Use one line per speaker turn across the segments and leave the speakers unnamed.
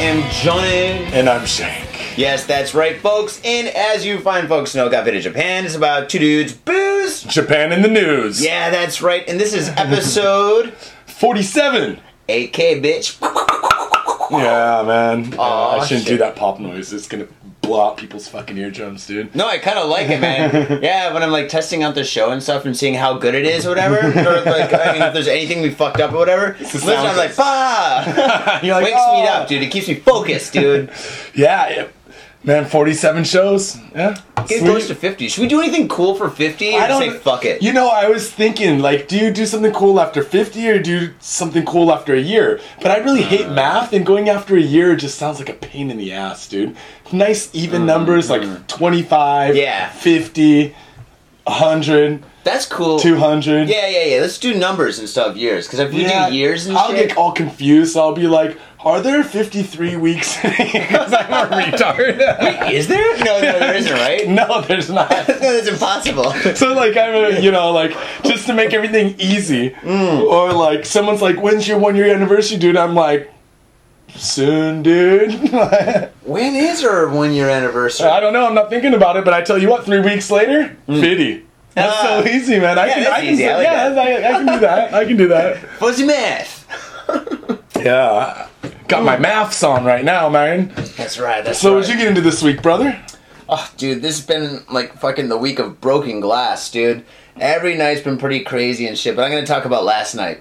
am Johnny.
And I'm Shank.
Yes, that's right, folks. And as you find folks know, Got Fit in Japan is about two dudes booze.
Japan in the news.
Yeah, that's right. And this is episode
47.
8K, bitch.
Yeah, man.
Aw,
I shouldn't
shit.
do that pop noise. It's gonna blow out people's fucking eardrums, dude.
No, I kind of like it, man. yeah, when I'm like testing out the show and stuff and seeing how good it is, or whatever. or like, I mean, if there's anything we fucked up or whatever,
the
listen, I'm
sound
like,
test.
bah!
You're like,
Wakes me
"Oh."
up, dude. It keeps me focused, dude.
Yeah, yeah. man. Forty-seven shows. Yeah.
Get
Sweet.
close to 50. Should we do anything cool for 50? Or
I
just
don't
say fuck it.
You know, I was thinking, like, do you do something cool after 50 or do you do something cool after a year? But I really
Uh.
hate math, and going after a year just sounds like a pain in the ass, dude. Nice, even numbers like 25,
Mm, Yeah.
50, 100,
That's cool.
200.
Yeah, yeah, yeah. Let's do numbers instead of years, because if we
Yeah,
do years and
I'll
shit,
get all confused. I'll be like, "Are there 53 weeks?" Because I'm a retard.
is there? No, no, there isn't, right? no,
no, there's not.
that's impossible.
So like I'm a, you know like just to make everything easy,
Mm.
or like someone's like, "When's your one year anniversary, dude?" I'm like, "Soon, dude." I
When is our one year anniversary?
don't know. I'm not thinking about it, but I tell you what, three weeks later, fifty. That's
Mm. Ah.
so easy, man. I
Yeah,
can,
that's
I can,
easy. I
yeah,
like that.
I, I can do that. I can do that.
Fuzzy math.
Yeah, got my maths on right now, man.
That's right. That's
So,
right.
what'd you get into this week, brother?
Oh, dude, this has been like fucking the week of broken glass, dude. Every night's been pretty crazy and shit, but I'm gonna talk about last night.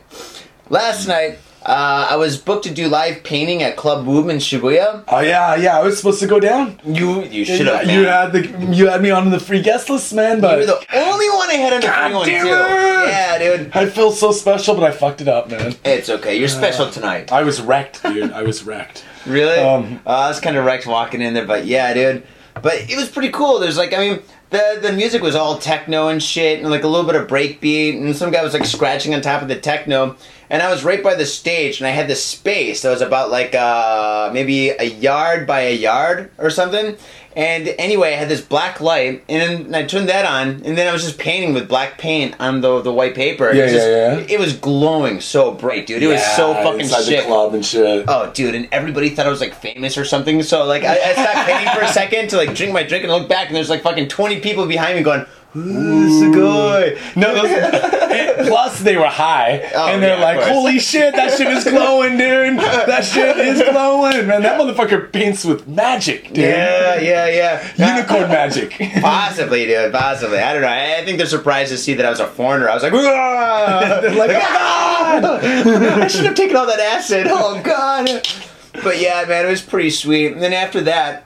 Last
Mm.
night, uh, I was booked to do live painting at Club Woom in Shibuya.
Oh yeah, yeah. I was supposed to go down.
You, you should
You
have.
had the you had me on the free guest list, man. But
You're the only one I had on the
God
free one too.
damn it!
Yeah, dude.
I feel so special, but I fucked it up, man.
It's okay. You're special tonight.
I was wrecked, dude. I was wrecked.
Really?
Um,
uh, I was kind of wrecked walking in there, but yeah, dude. But it was pretty cool. There's like, I mean, the the music was all techno and shit, and like a little bit of breakbeat, and some guy was like scratching on top of the techno. And I was right by the stage, and I had this space that was about like uh, maybe a yard by a yard or something. And anyway, I had this black light, and then I turned that on, and then I was just painting with black paint on the the white paper.
Yeah,
it was just,
yeah, yeah.
It was glowing so bright, dude. It was so fucking
inside
sick.
the club and shit.
Oh, dude, and everybody thought I was like famous or something. So like, I, I stopped painting for a second to like drink my drink and look back, and there's like fucking twenty people behind me going, "Ooh, sugoi."
No, those, and plus they were high,
Oh,
and
yeah,
they're
of
like,
course.
"Holy shit, that shit is glowing, dude! That shit is glowing, man! That motherfucker paints with magic, dude.
Yeah, yeah, yeah.
Unicorn magic."
Possibly, dude. Possibly. I don't know. I I think they're surprised to see that I was a foreigner. I was like, "Wah!"
They're like, "Oh,
Like, "Ah!" I should have taken all that acid. Oh god. But yeah, man, it was pretty sweet. And then after that,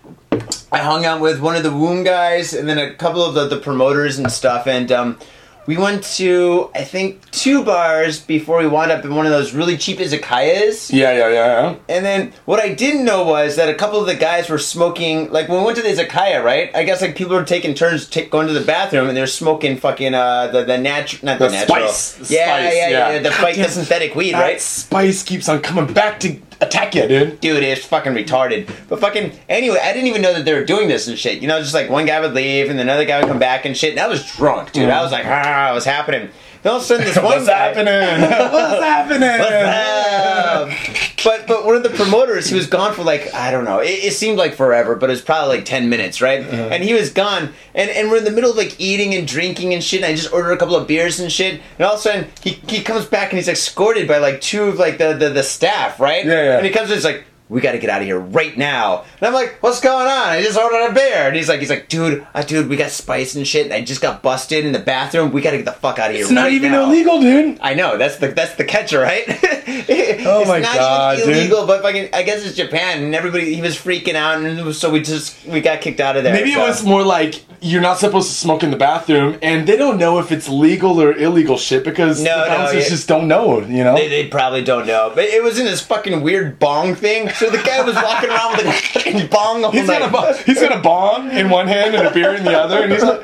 I hung out with one of the womb guys and then a couple of the, the promoters and stuff. And um, we went to, I think, two bars before we wound up in one of those really cheap izakayas.
yeah, yeah, yeah,
And then what I didn't know was that a couple of the guys were smoking. Like when we went to the izakaya, right? I guess like people were taking turns t- going to the bathroom and they were smoking fucking uh, the the natural, not the,
The
natural,
spice. The
yeah,
spice,
yeah, yeah,
yeah.
the, fi- the
Goddamn.
synthetic weed,
yeah.
right?
That spice keeps on coming back to attack you, dude.
dude, it's fucking retarded. But fucking anyway, I didn't even know that they were doing this and shit. You know, just like one guy would leave and another guy would come back and shit. And I was drunk, dude. I was like, ah, it was happening. Then all of a sudden, this one
What's
guy,
happening? What's happening?
um, but but one of the promoters, he was gone for like I don't know. It, it seemed like forever, but it was probably like ten minutes, right?
Uh-huh.
And he was gone, and and we're in the middle of like eating and drinking and shit. And I just ordered a couple of beers and shit, and all of a sudden he, he comes back and he's escorted by like two of like the the, the staff, right?
Yeah, yeah.
And he comes in, he's like. We got to get out of here right now. And I'm like, "What's going on? I just ordered a beer." And he's like, "He's like, dude, uh, dude, we got spice and shit. And I just got busted in the bathroom. We got to get the fuck out of here."
It's not
right
even
now."
illegal, dude.
I know that's the that's the catch, right?
Oh
it's
my
not
God,
even
dude.
illegal, but fucking, I guess it's Japan, and everybody he was freaking out, and it was- so we just we got kicked out of there.
Maybe it
so.
was more like you're not supposed to smoke in the bathroom, and they don't know if it's legal or illegal shit because
No,
the
no,
bouncers
yeah.
just don't know, you know.
They, they probably don't know, but it was in this fucking weird bong thing. So the guy was walking around with a fucking bong all
He's
night.
got a bong, he's got a bong in one hand and a beer in the other, and he's like,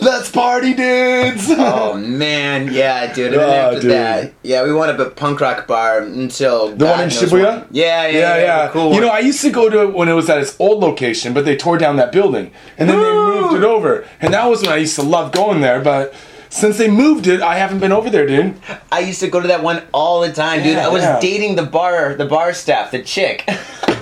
"Let's party, dudes!"
Oh man, yeah, dude. And then
Oh,
after
dude.
that, yeah, we wound up at punk rock bar until the
one in Shibuya?
Yeah, yeah, yeah,
yeah, yeah.
the Cool.
You know,
one.
I used to go to it when it was at its old location, but they tore down that building and then
Woo!
they moved it over, and that was when I used to love going there, but. Since they moved it, I haven't been over there, dude.
I used to go to that one all the time, dude.
Yeah,
I was
yeah.
dating the bar, the bar staff, the chick.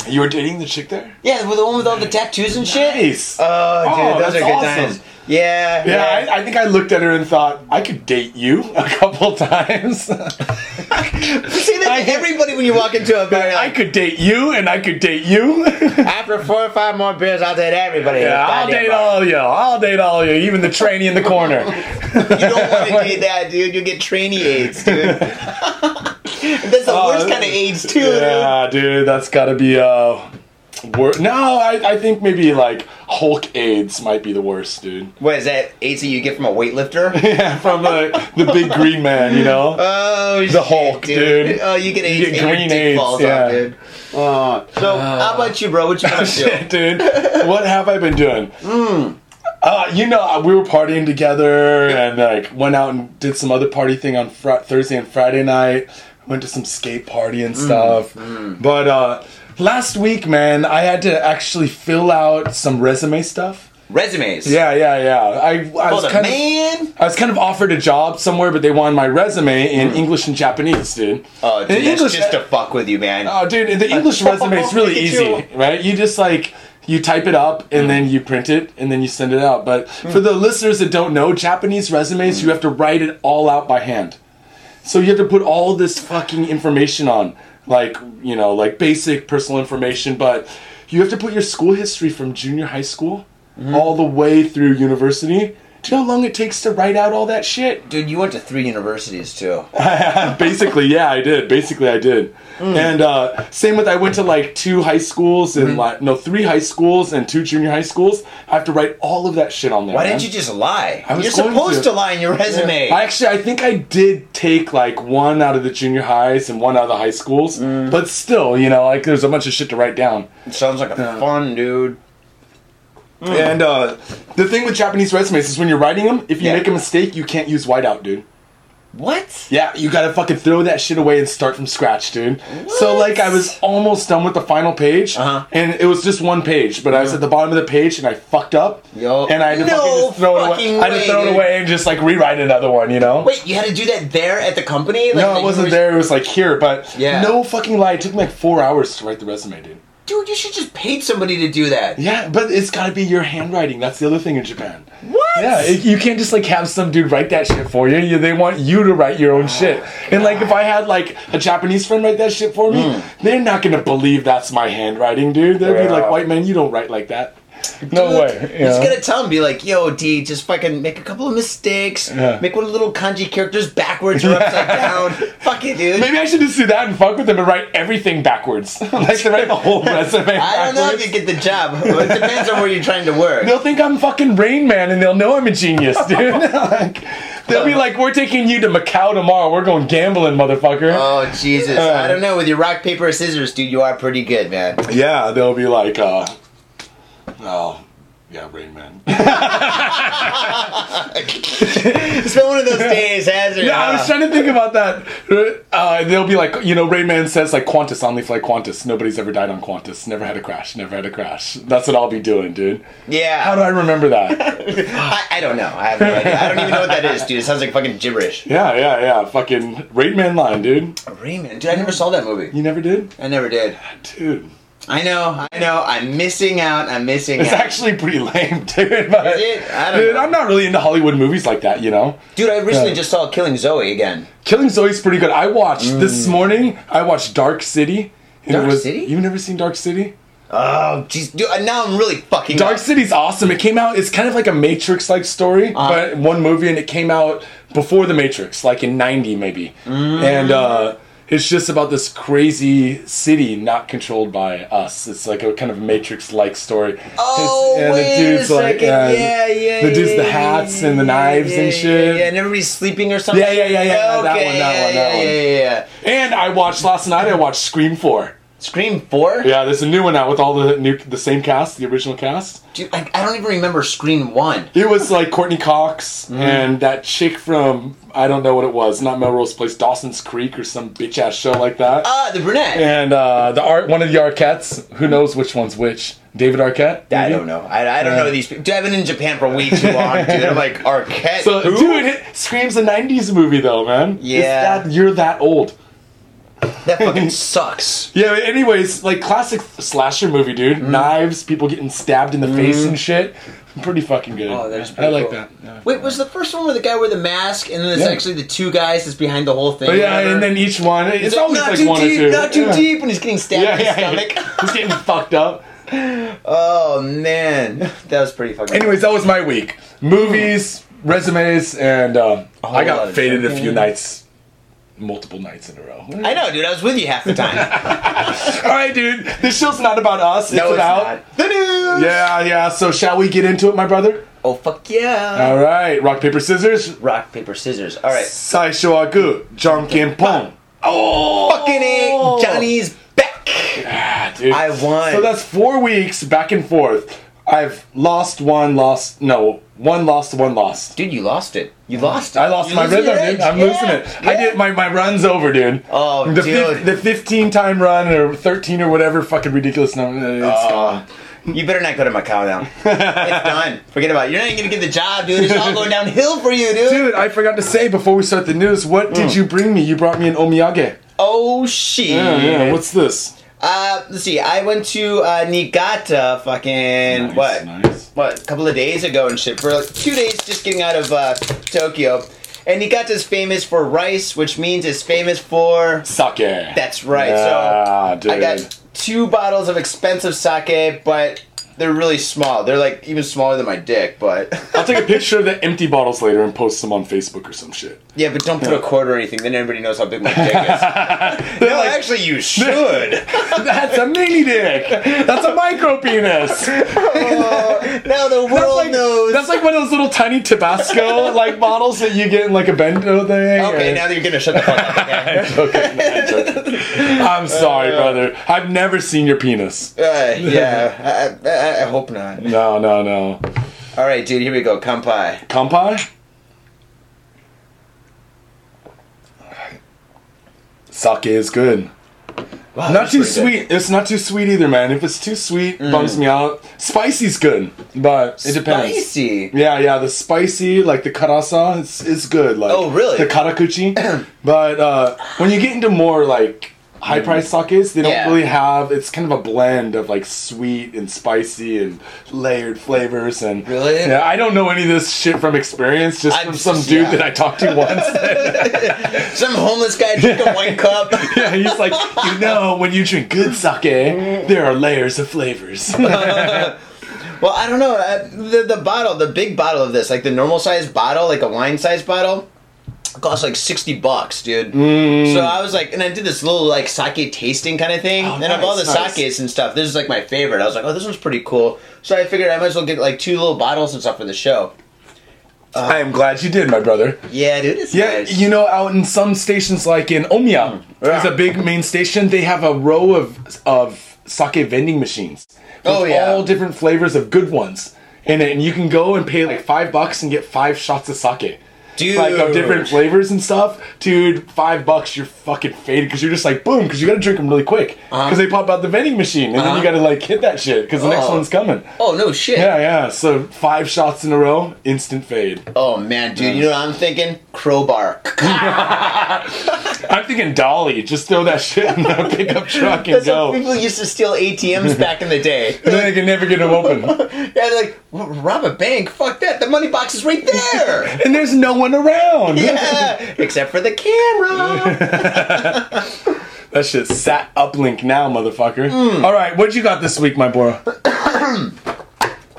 You were dating the chick there?
yeah, with the one with all the tattoos and shit.
Nice.
Oh, dude,
Oh,
those
that's
are good
awesome.
times. Yeah,
yeah, I, I think I looked at her and thought I could date you a couple times.
say that to everybody when you walk into a bar. you're
I
Like,
could date you, and I could date you.
After four or five more beers, I'll date everybody. at
yeah,
a
I'll
goddamn
date
bar."
all of you. I'll date all of you, even the trainee in the corner.
You don't want to date that, dude. You'll get trainee AIDS, dude. That's the
Oh,
worst kind of AIDS, too. dude.
Yeah, dude, that's gotta be uh, wor- No, I, I think maybe like Hulk AIDS might be the worst, dude.
What is that? AIDS that you get from a weightlifter?
Yeah, from the the big green man, you know.
Oh,
The Hulk, dude.
Oh, you get AIDS.
You get
and your
green
dick
AIDS,
falls
yeah. Uh, oh,
off, dude. Oh, so, how about you, bro? What you gonna do?
Shit, dude. What have I been doing?
Hmm.
Uh, you know, we were partying together and like went out and did some other party thing on fr- Thursday and Friday night. Went to some skate party
Hmm.
and stuff. But uh, last week, man, I had to actually fill out some resume stuff.
Resumes.
Yeah, yeah, yeah. I, I was
Hold up,
kind of.
man.
I was kind of offered a job somewhere, but they wanted my resume in English and Japanese,
Hmm.
dude.
Oh, dude,
In
that's just to fuck with you, man.
Oh, dude, the English resume is really
Look at
easy,
you.
right? You just like you type it up and then you print it and then you send it out. But for the listeners that don't know, Japanese resumes you have to write it all out by hand. So you have to put all this fucking information on, like you know, like basic personal information, but you have to put your school history from junior high school all the way through university. Do you know how long it takes to write out all that shit?
Dude, you went to three universities, too.
basically yeah i did basically i did
Mm.
and uh, same with i went to like two high schools
Mm-hmm.
and like no three high schools and two junior high schools i have to write all of that shit on there
Why
man.
didn't you just lie?
was
You're
going
supposed to.
to.
lie in your resume.
I actually i think i did take like one out of the junior highs and one out of the high schools
Mm.
but still you know like there's a bunch of shit to write down
Sounds like a fun dude.
and uh, the thing with japanese resumes is when you're writing them if you
Yeah.
make a mistake you can't use whiteout dude
What?
Yeah, you gotta fucking throw that shit away and start from scratch, dude. So like, I was almost done with the final page,
Uh-huh.
and it was just one page, but I was at the bottom of the page and I fucked up,
Yo.
and I had to
No
fucking just throw it away.
fucking
I had to
way,
throw it
dude.
away and just like rewrite another one, you know?
Wait, you had to do that there at the company? Like,
no,
like,
it wasn't
you
there. It was like here, but
Yeah.
no fucking lie. It took me like four hours to write the resume, dude.
Dude, you should just paid somebody to do that.
Yeah, but it's gotta be your handwriting. That's the other thing in Japan.
What?
Yeah, it, you can't just like have some dude write that shit for you. you they want you to write your own shit. And like if I had like a Japanese friend write that shit for me,
Hmm.
they're not gonna believe that's my handwriting, dude. They'd be
Yeah.
like, "White man, you don't write like that." No way. you
He's
know?
gonna tell him, be like, "Yo, D, just fucking make a couple of mistakes,
Yeah.
make one of the little kanji characters backwards or upside down. Fuck it, dude.
Maybe I should just do that and fuck with them and write everything backwards. like to write the whole resume.
I don't know if
backwards.
you get the job. It depends on where you're trying to work.
They'll think I'm fucking Rain Man and they'll know I'm a genius, dude. like, they'll be like, we're taking you to Macau tomorrow. We're going gambling, motherfucker.
Oh Jesus!
Uh.
I don't know. With your rock paper or scissors, dude, you are pretty good, man.
yeah, they'll be like, uh, oh, yeah, Rain Man. yeah,
It's been one of those days, hasn't it?
I was trying to think about that. Uh, they'll be like, you know, Rain Man says, like, Qantas, only fly Qantas. Nobody's ever died on Qantas. Never had a crash. Never had a crash. That's what I'll be doing, dude.
yeah.
How do I remember that?
I, I don't know. I have no idea. I don't even know what that is, dude. It sounds like fucking gibberish.
yeah, yeah, yeah. Fucking Rain Man line, dude.
Raymond, dude, I never saw that movie.
You never did?
I never did.
Dude.
I know, I know. I'm missing out. I'm missing
It's
out,
actually pretty lame, dude. But
Is it? I don't
dude,
know.
I'm not really into Hollywood movies like that, you know.
dude. I recently
Yeah.
just saw Killing Zoe again.
Killing Zoe's pretty good. I watched this morning. I watched Dark City. and
Mm. Dark City?
You've never seen Dark City?
Oh, jeez, dude. uh, Now I'm really fucking
Dark
up.
City's awesome. It came out. It's kind of like a Matrix like story,
Uh-huh.
but one movie, and it came out before the Matrix, like in '90 maybe.
Mm.
And uh, it's just about this crazy city not controlled by us. It's like a kind of Matrix like story.
Oh,
It's- and
wait a second.
and
yeah, yeah.
uh, The dude's
yeah,
the
yeah,
hats
yeah,
and the
yeah,
knives
yeah,
and
yeah,
shit.
Yeah, and everybody's sleeping or something.
Yeah, yeah, yeah, yeah,
Okay,
that one, that
yeah,
one, that
yeah,
one.
Yeah, yeah, yeah.
And I watched last night. I watched Scream Four.
Scream Four.
Yeah, there's a new one out with all the new the same cast, the original cast.
Dude, I, I don't even remember Scream One.
It was like Courtney Cox
Mm-hmm.
and that chick from I don't know what it was, not Melrose Place, Dawson's Creek or some bitch ass show like that.
Ah, the brunette.
and uh, the art one of the Arquettes, who knows which one's which? David Arquette.
I
maybe?
don't know. I, I don't know these people. Dude, I've been in Japan for way too long, dude. I'm like Arquette.
So,
who?
dude, it screams a '90s movie though, man. It's
Yeah.
that, you're that old.
That fucking sucks.
Yeah. but Anyways, like classic slasher movie, dude.
Mm-hmm.
Knives, people getting stabbed in the face and shit. Pretty fucking good.
Oh, that's
I
pretty
like
cool.
that. Yeah.
Wait, was the first one where the guy wore the mask, and then it's
Yeah.
actually the two guys that's behind the whole thing?
But Oh, yeah,
Remember?
and then each one, it's,
He's like,
always
not
like
too
one
deep,
or two.
not too
Yeah.
deep, and he's getting stabbed
Yeah,
in the
yeah,
stomach.
yeah. He's getting fucked up.
Oh man, that was pretty fucking.
Anyways, that was my week. Movies, resumes, and um, I
lot
got
of
faded a few
drinking.
nights, multiple nights in a row.
I know, dude. I was with you half the time.
All right, dude. This show's not about us.
no,
it's
it's
about
not. The news.
yeah, yeah. So shall we get into it, my brother?
Oh fuck yeah.
All right. Rock paper scissors.
Rock paper scissors. All right.
Saisho agu junkin pong. Oh,
Fucking it. Johnny's back.
Yeah, Ah, dude.
I won.
So that's four weeks back and forth. I've lost one, lost no one, lost one, lost.
Dude, you lost it. You lost it.
Oh. I lost
You're
my
losing
rhythm,
your edge.
dude. I'm
Yeah,
losing it. I
yeah.
did my, my run's over, dude.
Oh,
the
dude.
the 15 time run or 13 or whatever fucking ridiculous number. It's
Oh.
gone.
You better not go to Macau now. it's done. Forget about it. You're not even gonna get the job, dude. It's all going downhill for you, dude.
Dude, I forgot to say before we start the news, what
Hmm.
did you bring me? You brought me an omiyage.
Oh shit.
Yeah, yeah. What's this?
Uh, let's see. I went to uh, Niigata, fucking
Nice,
what?
Nice.
What? A couple of days ago and shit. For like two days, just getting out of uh, Tokyo. And Niigata is famous for rice, which means it's famous for.
Sake.
That's right.
Yeah,
so
dude.
I got two bottles of expensive sake, but they're really small. They're like even smaller than my dick. But
I'll take a picture of the empty bottles later and post them on Facebook or some shit.
yeah, but don't put a quarter or anything. Then everybody knows how big my dick is.
They're
no,
like,
actually, you should.
that's a mini dick. That's a micro penis.
now the world
like-
knows.
That's like one of those little tiny Tabasco like bottles that you get in like a bento thing.
Okay,
or-
now that you're gonna shut the fuck up. Okay.
Okay, no, I'm joking. I'm sorry, brother. I've never seen your penis.
Uh, yeah, I, I, I hope not.
No, no, no.
All right, dude, here we go. Kampai.
Kampai? Sake is good.
Wow,
Not
that's
too
pretty good. Mm.
sweet. It's not too sweet either, man. If it's too sweet, bums me out. Spicy's good, but it depends.
Spicy.
Yeah, yeah, the spicy, like the karasa, it's, it's good. Like
Oh, really?
The karakuchi. but uh, when you get into more like high priced sakes, they don't
Mm-hmm. Yeah.
really have. It's kind of a blend of like sweet and spicy and layered flavors and.
Really?
Yeah, I don't know any of this shit from experience. Just
I'm
from
s-
some dude
yeah.
that I talked to once.
Some homeless guy drank a wine cup.
yeah, he's like, you know, when you drink good sake, there are layers of flavors.
Well, I don't know. Uh, the the bottle, the big bottle of this, like the normal size bottle, like a wine size bottle, costs like sixty bucks, dude.
Mm.
So I was like, and I did this little like sake tasting kind of thing,
Oh,
and of all the
nice, nice.
sakes and stuff, this is like my favorite. I was like, oh, this one's pretty cool. So I figured I might as well get like two little bottles and stuff for the show.
I am glad you did, my brother.
Yeah, dude, it's
Yeah,
nice.
you know, out in some stations like in
Mm.
Omiya, there's a big main station. They have a row of of sake vending machines. with
Oh, yeah.
all different flavors of good ones in it, and you can go and pay like five bucks and get five shots of sake.
Dude.
Like of different flavors and stuff, dude. Five bucks, you're fucking faded because you're just like boom, because you got to drink them really quick because
Uh-huh.
they pop out the vending machine and then you got to like hit that shit because the next
Oh.
one's coming.
oh no shit.
Yeah, yeah. So five shots in a row, instant fade.
Oh man, dude, you know what I'm thinking? Crowbar.
I'm thinking Dolly. Just throw that shit in the pickup truck and
That's how
go.
people used to steal ATMs back in the day.
And then I can never get them open.
Yeah, they're like, "Well, rob a bank? Fuck that. The money box is right there.
And there's no one around.
yeah, except for the camera.
That shit sat uplink now, motherfucker.
Mm.
All right, what you got this week, my boy?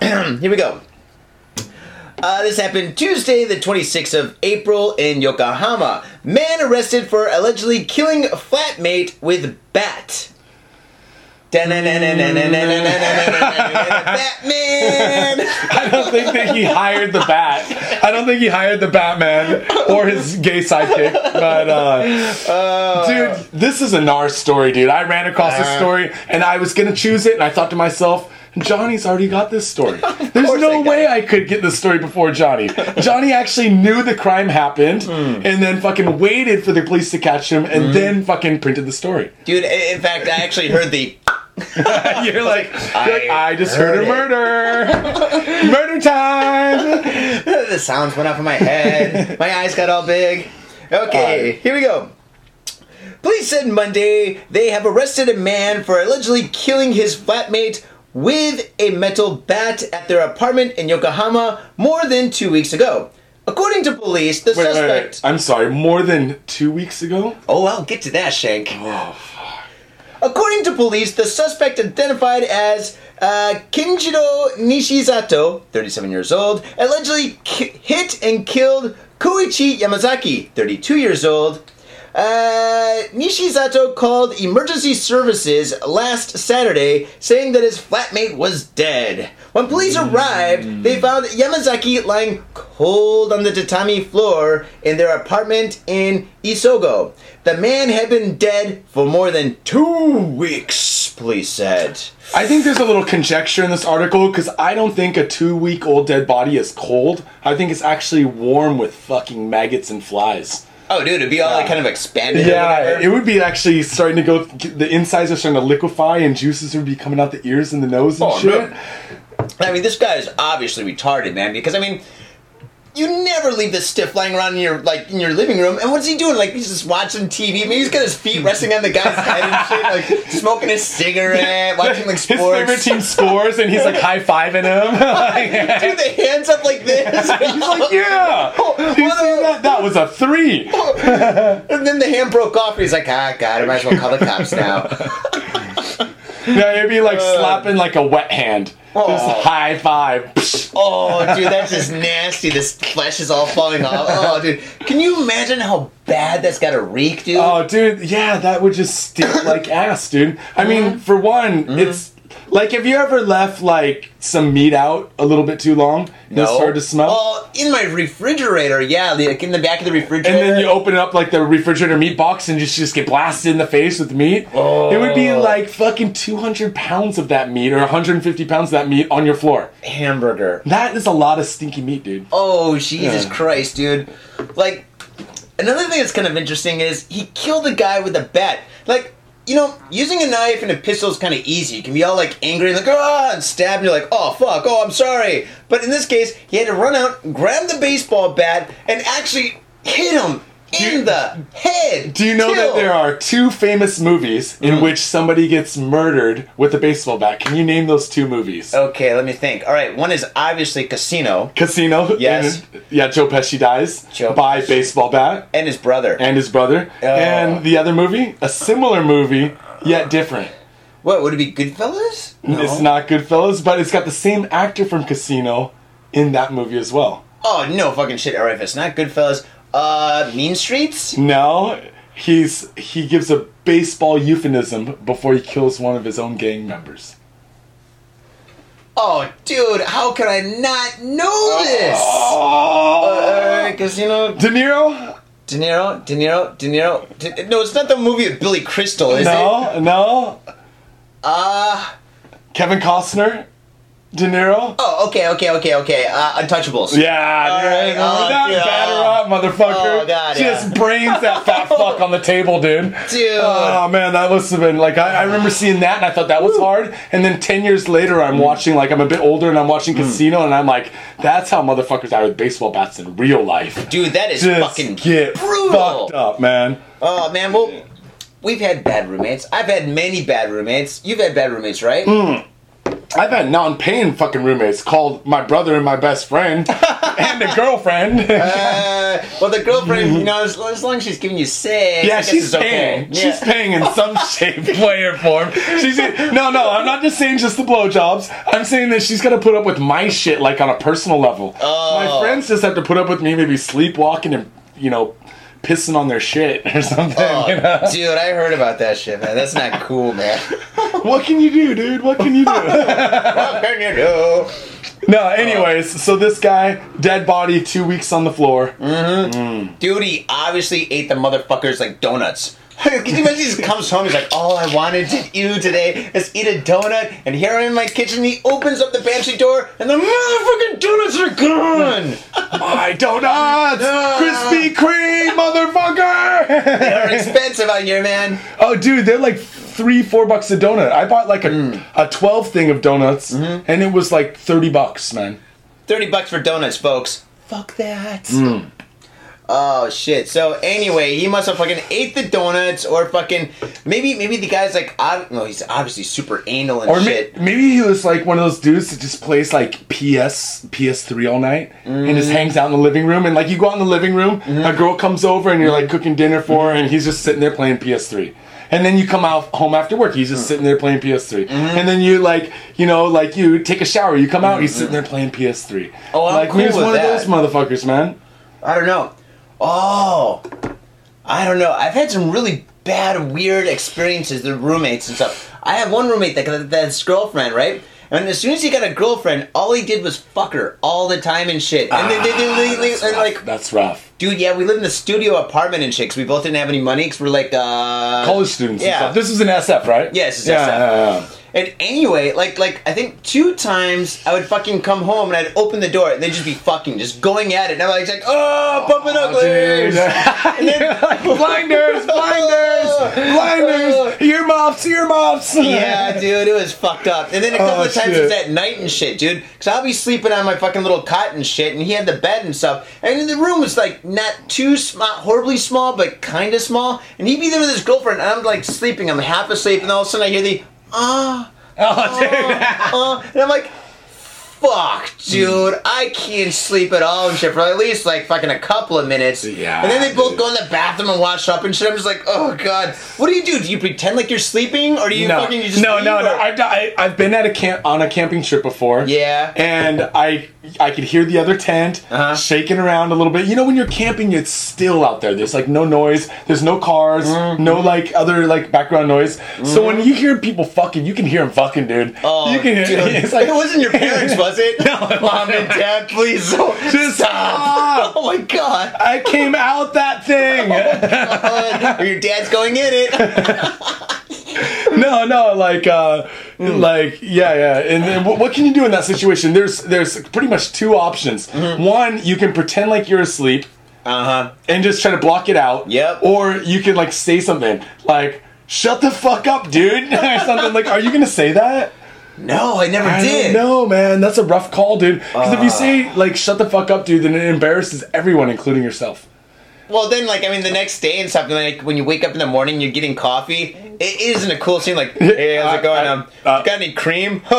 Here we go. Uh, this happened Tuesday, the 26th of April in Yokohama. Man arrested for allegedly killing flatmate with bat. Batman.
I don't think that he hired the bat. I don't think he hired the Batman or his gay sidekick. But uh,
Oh.
dude, this is a NARS story, dude. I ran across this
Uh.
story and I was gonna choose it, and I thought to myself. Johnny's already got this story. There's
course I
no
got
way I could get this story before Johnny. Johnny actually knew the crime happened
Hmm.
and then fucking waited for the police to catch him and then fucking printed the story.
Dude, i- in fact, I actually heard the.
you're like, you're like, I,
I
just
heard
heard, a
it."
murder. murder time.
the sounds went off in my head. my eyes got all big. Okay, here we go. Police said Monday they have arrested a man for allegedly killing his flatmate with a metal bat at their apartment in Yokohama more than two weeks ago. According to police, the
Wait, wait,
suspect.
wait. I'm sorry. More than two weeks ago.
Oh, I'll get to that, Shank.
Oh,
According to police, the suspect identified as uh, Kinjiro Nishizato, 37 years old, allegedly ki- hit and killed Koichi Yamazaki, 32 years old. Uh, Nishizato called emergency services last Saturday, saying that his flatmate was dead. When police arrived, they found Yamazaki lying cold on the tatami floor in their apartment in Isogo. The man had been dead for more than two weeks, police said.
I think there's a little conjecture in this article because I don't think a two-week-old dead body is cold. I think it's actually warm with fucking maggots and flies.
Oh, dude, it'd be all like kind of expanded. or
Yeah,
whatever.
it would be actually starting to go. The insides are starting to liquefy, and juices would be coming out the ears and the nose and
Oh,
shit.
no. I mean, this guy is obviously retarded, man. Because I mean, you never leave this stiff lying around in your like in your living room. And what's he doing? Like he's just watching TV. Maybe he's got his feet resting on the guy's head and shit, like smoking his cigarette, watching like
His
sports.
favorite team scores, and he's like high-fiving him. Like,
Dude, the hands up like this.
he's like, "Yeah, you see
Oh, what a- Oh.
that? That was a three.
and then the hand broke off, and he's like, "Ah, God, I might as well call the cops now."
No, it'd be like
Uh.
slapping like a wet hand. Just
Aw.
high five.
Oh, dude, that's just nasty. This flesh is all falling off. Oh, dude, can you imagine how bad that's got to reek, dude?
Oh, dude, yeah, that would just stink like ass, dude. I mean, for one, it's like have you ever left like some meat out a little bit too long and it started to smell?
Well, in my refrigerator, yeah, like in the back of the refrigerator.
and then you open up like the refrigerator meat box and you just get blasted in the face with meat. It would be like fucking 200 pounds of that meat or 150 pounds of that meat on your floor.
hamburger.
That is a lot of stinky meat, dude.
Oh Jesus
Yeah.
Christ, dude! Like another thing that's kind of interesting is he killed a guy with a bat. Like you know, using a knife and a pistol is kind of easy. You can be all like angry and like ah and stab, and you're like oh fuck, oh I'm sorry. But in this case, he had to run out, grab the baseball bat, and actually hit him in
you-
the head.
Do you know that
Kill.
there are two famous movies in which somebody gets murdered with a baseball bat? Can you name those two movies?
Okay, let me think. All right, one is obviously Casino
Casino.
Yes.
and- yeah, Joe Pesci dies
Joe
by
Pesci. Oh.
baseball bat
and his brother.
and his brother. And the other movie, a similar movie, yet different.
What would it be, Goodfellas?
It's not Goodfellas, but it's got the same actor from Casino in that movie as well.
Oh no, fucking shit! All right, if it's not Goodfellas, uh, Mean Streets.
Now he's he gives a baseball euphemism before he kills one of his own gang members.
Oh, dude, how could I not know this?
Oh.
Because you know,
De Niro,
De Niro, De Niro, De Niro. De- no, it's not the movie of Billy Crystal, is it?
no, no.
Uh,
Kevin Costner, De Niro.
oh, okay, okay, okay, okay. Uh, Untouchables.
Yeah, dude,
right,
remember
oh,
that
yeah.
batter up, motherfucker.
Oh, God,
Just
yeah.
brains that fat fuck on the table, dude.
Dude.
Oh man, that must have been like I, I remember seeing that and I thought that was hard. And then ten years later,
Mm.
I'm watching like I'm a bit older and I'm watching Casino and I'm like, that's how motherfuckers are with baseball bats in real life.
Dude, that is
Just
fucking
get
brutal.
fucked up, man.
Oh man, well, we've had bad roommates. I've had many bad roommates. You've had bad roommates, right?
I've had non-paying fucking roommates called my brother and my best friend and a girlfriend.
Uh, well, the girlfriend, you know, as, as long as she's giving you sex, I
Mm-hmm. Yeah,
guess
she's
it's okay.
paying.
Yeah.
She's paying in some shape, way, or form. She's no, no. I'm not just saying just the blowjobs. I'm saying that she's got to put up with my shit, like on a personal level.
Oh.
My friends just have to put up with me, maybe sleepwalking and you know, pissing on their shit or something.
Oh,
you know?
dude, I heard about that shit, man. That's not cool, man.
What can you do, dude? What can you do?
what can you do?
no, anyways, so this guy, dead body, two weeks on the floor.
Mm. Dude, he obviously ate the motherfuckers like donuts. Can you imagine? He just comes home. He's like, "All I wanted to do today is eat a donut." And here I'm in my kitchen. He opens up the pantry door, and the motherfucking donuts are gone.
My donuts!
Ah.
Krispy Kreme, motherfucker!
They're expensive out here, man.
oh, dude, they're like three, four bucks a donut. I bought like a,
Mm.
a 12 thing of donuts,
Mm-hmm.
and it was like 30 bucks, man.
Thirty bucks for donuts, folks. Fuck that. Oh shit. So anyway, he must have fucking ate the donuts, or fucking maybe maybe the guy's like, ob- no, he's obviously super anal and
Or ma-
shit.
maybe he was like one of those dudes that just plays like PS PS3 all night and
Mm.
just hangs out in the living room. And like you go out in the living room,
Mm-hmm.
a girl comes over and you're like cooking dinner for her, and he's just sitting there playing PS3. And then you come out home after work, he's
Mm.
just sitting there playing PS3.
Mm-hmm.
And then you like, you know, like you take a shower, you come out, he's sitting there playing PS3.
Mm-hmm. Oh, I'm
like
cool
he was
with
one
that.
of those motherfuckers, man.
I don't know. Oh, I don't know. I've had some really bad, weird experiences with roommates and stuff. I have one roommate that that- that's girlfriend, right? And as soon as he got a girlfriend, all he did was fuck her all the time and shit. And then they, they, they, they, and like,
That's rough.
dude, yeah, we live in the studio apartment and shit 'cause we both didn't have any money because we're like, uh,
College students.
yeah.
And stuff. This is an SF, right?
Yes, it's
yeah,
SF.
Yeah, yeah.
And anyway, like like I think two times I would fucking come home and I'd open the door and they'd just be fucking just going at it and I'm like, like oh bumping
Oh,
uglies
dude.
and then "Oh."
blinders, blinders, blinders, earmuffs, earmuffs.
Yeah, dude, it was fucked up. And then a couple
Oh,
of times
shit.
it was at night and shit, dude. Because I'll be sleeping on my fucking little cot and shit, and he had the bed and stuff. And then the room was like not too small, horribly small, but kind of small. And he'd be there with his girlfriend, and I'm like sleeping, I'm half asleep, and all of a sudden I hear the ah.
Oh, dude.
uh, and I'm like, fuck, dude,
Mm.
I can't sleep at all and shit for at least like fucking a couple of minutes.
Yeah,
And then they both
dude.
go in the bathroom and wash up and shit. I'm just like, oh god, what do you do? Do you pretend like you're sleeping, or do you
No,
fucking you just
no,
leave,
no, no.
or-
I've, done- I, I've been at a camp on a camping trip before.
Yeah.
and I I could hear the other tent
Uh-huh.
shaking around a little bit. You know, when you're camping, it's still out there. There's like no noise. There's no cars.
Mm-hmm.
No like other like background noise. So when you hear people fucking, you can hear them fucking, dude.
Oh,
you can hear.
dude.
It's like
it wasn't your parents, was it?
No, it
mom and dad, please
Just
stop.
stop.
Oh my god.
I came out that thing.
Uh, or your dad's going in it.
no, no, like, uh,
Hmm.
like, yeah, yeah. And then what, what can you do in that situation? There's, there's pretty much two options.
Mm-hmm.
One, you can pretend like you're asleep
Uh huh.
and just try to block it out.
Yep.
Or you can like say something like, "Shut the fuck up, dude," or something. Like, are you gonna say that?
No, I never did.
No, man, that's a rough call, dude. Because if you
Uh.
say like, "Shut the fuck up, dude," then it embarrasses everyone, including yourself.
Well, then, like, I mean, the next day and stuff, and, like, when you wake up in the morning, you're getting coffee. It isn't a cool scene. Like, hey, how's it going?
I-
Um,
uh,
got any cream?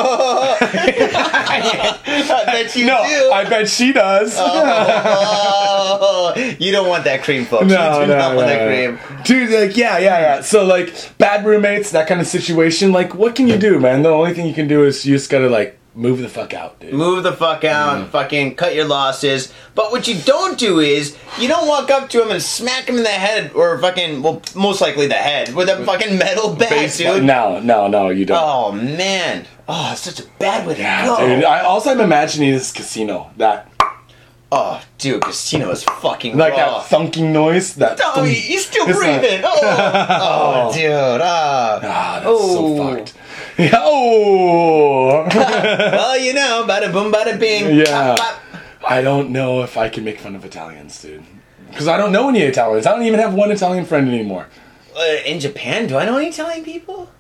I bet you
No,
do. Uh-huh.
I bet she does.
Oh, you don't want that cream, folks.
no,
you do
no,
not
no,
want that
no.
cream.
Dude, like, yeah, yeah, yeah. So, like, bad roommates, that kind of situation. Like, what can you do, man? The only thing you can do is you just gotta, like, move the fuck out, dude.
Move the fuck out,
Mm.
fucking cut your losses. But what you don't do is you don't walk up to him and smack him in the head, or fucking, well, most likely the head with a fucking metal bat,
Baseball-
dude.
No, no, no, you don't.
Oh man, oh, it's such a bad way to
yeah,
go.
dude. I, also, I'm imagining this casino. That,
Oh, dude, Casino is fucking
like,
raw.
that thunking noise. That
Tommy,
thunk.
he's still
It's not-
breathing. Oh, oh, dude. Ah.
Ah, that's
Oh.
so fucked. Yeah, oh.
Well, you know, bada boom, bada bing.
yeah.
Bop, bop.
I don't know if I can make fun of Italians, dude. Because I don't know any Italians. I don't even have one Italian friend anymore.
Uh, in Japan, do I know any Italian people?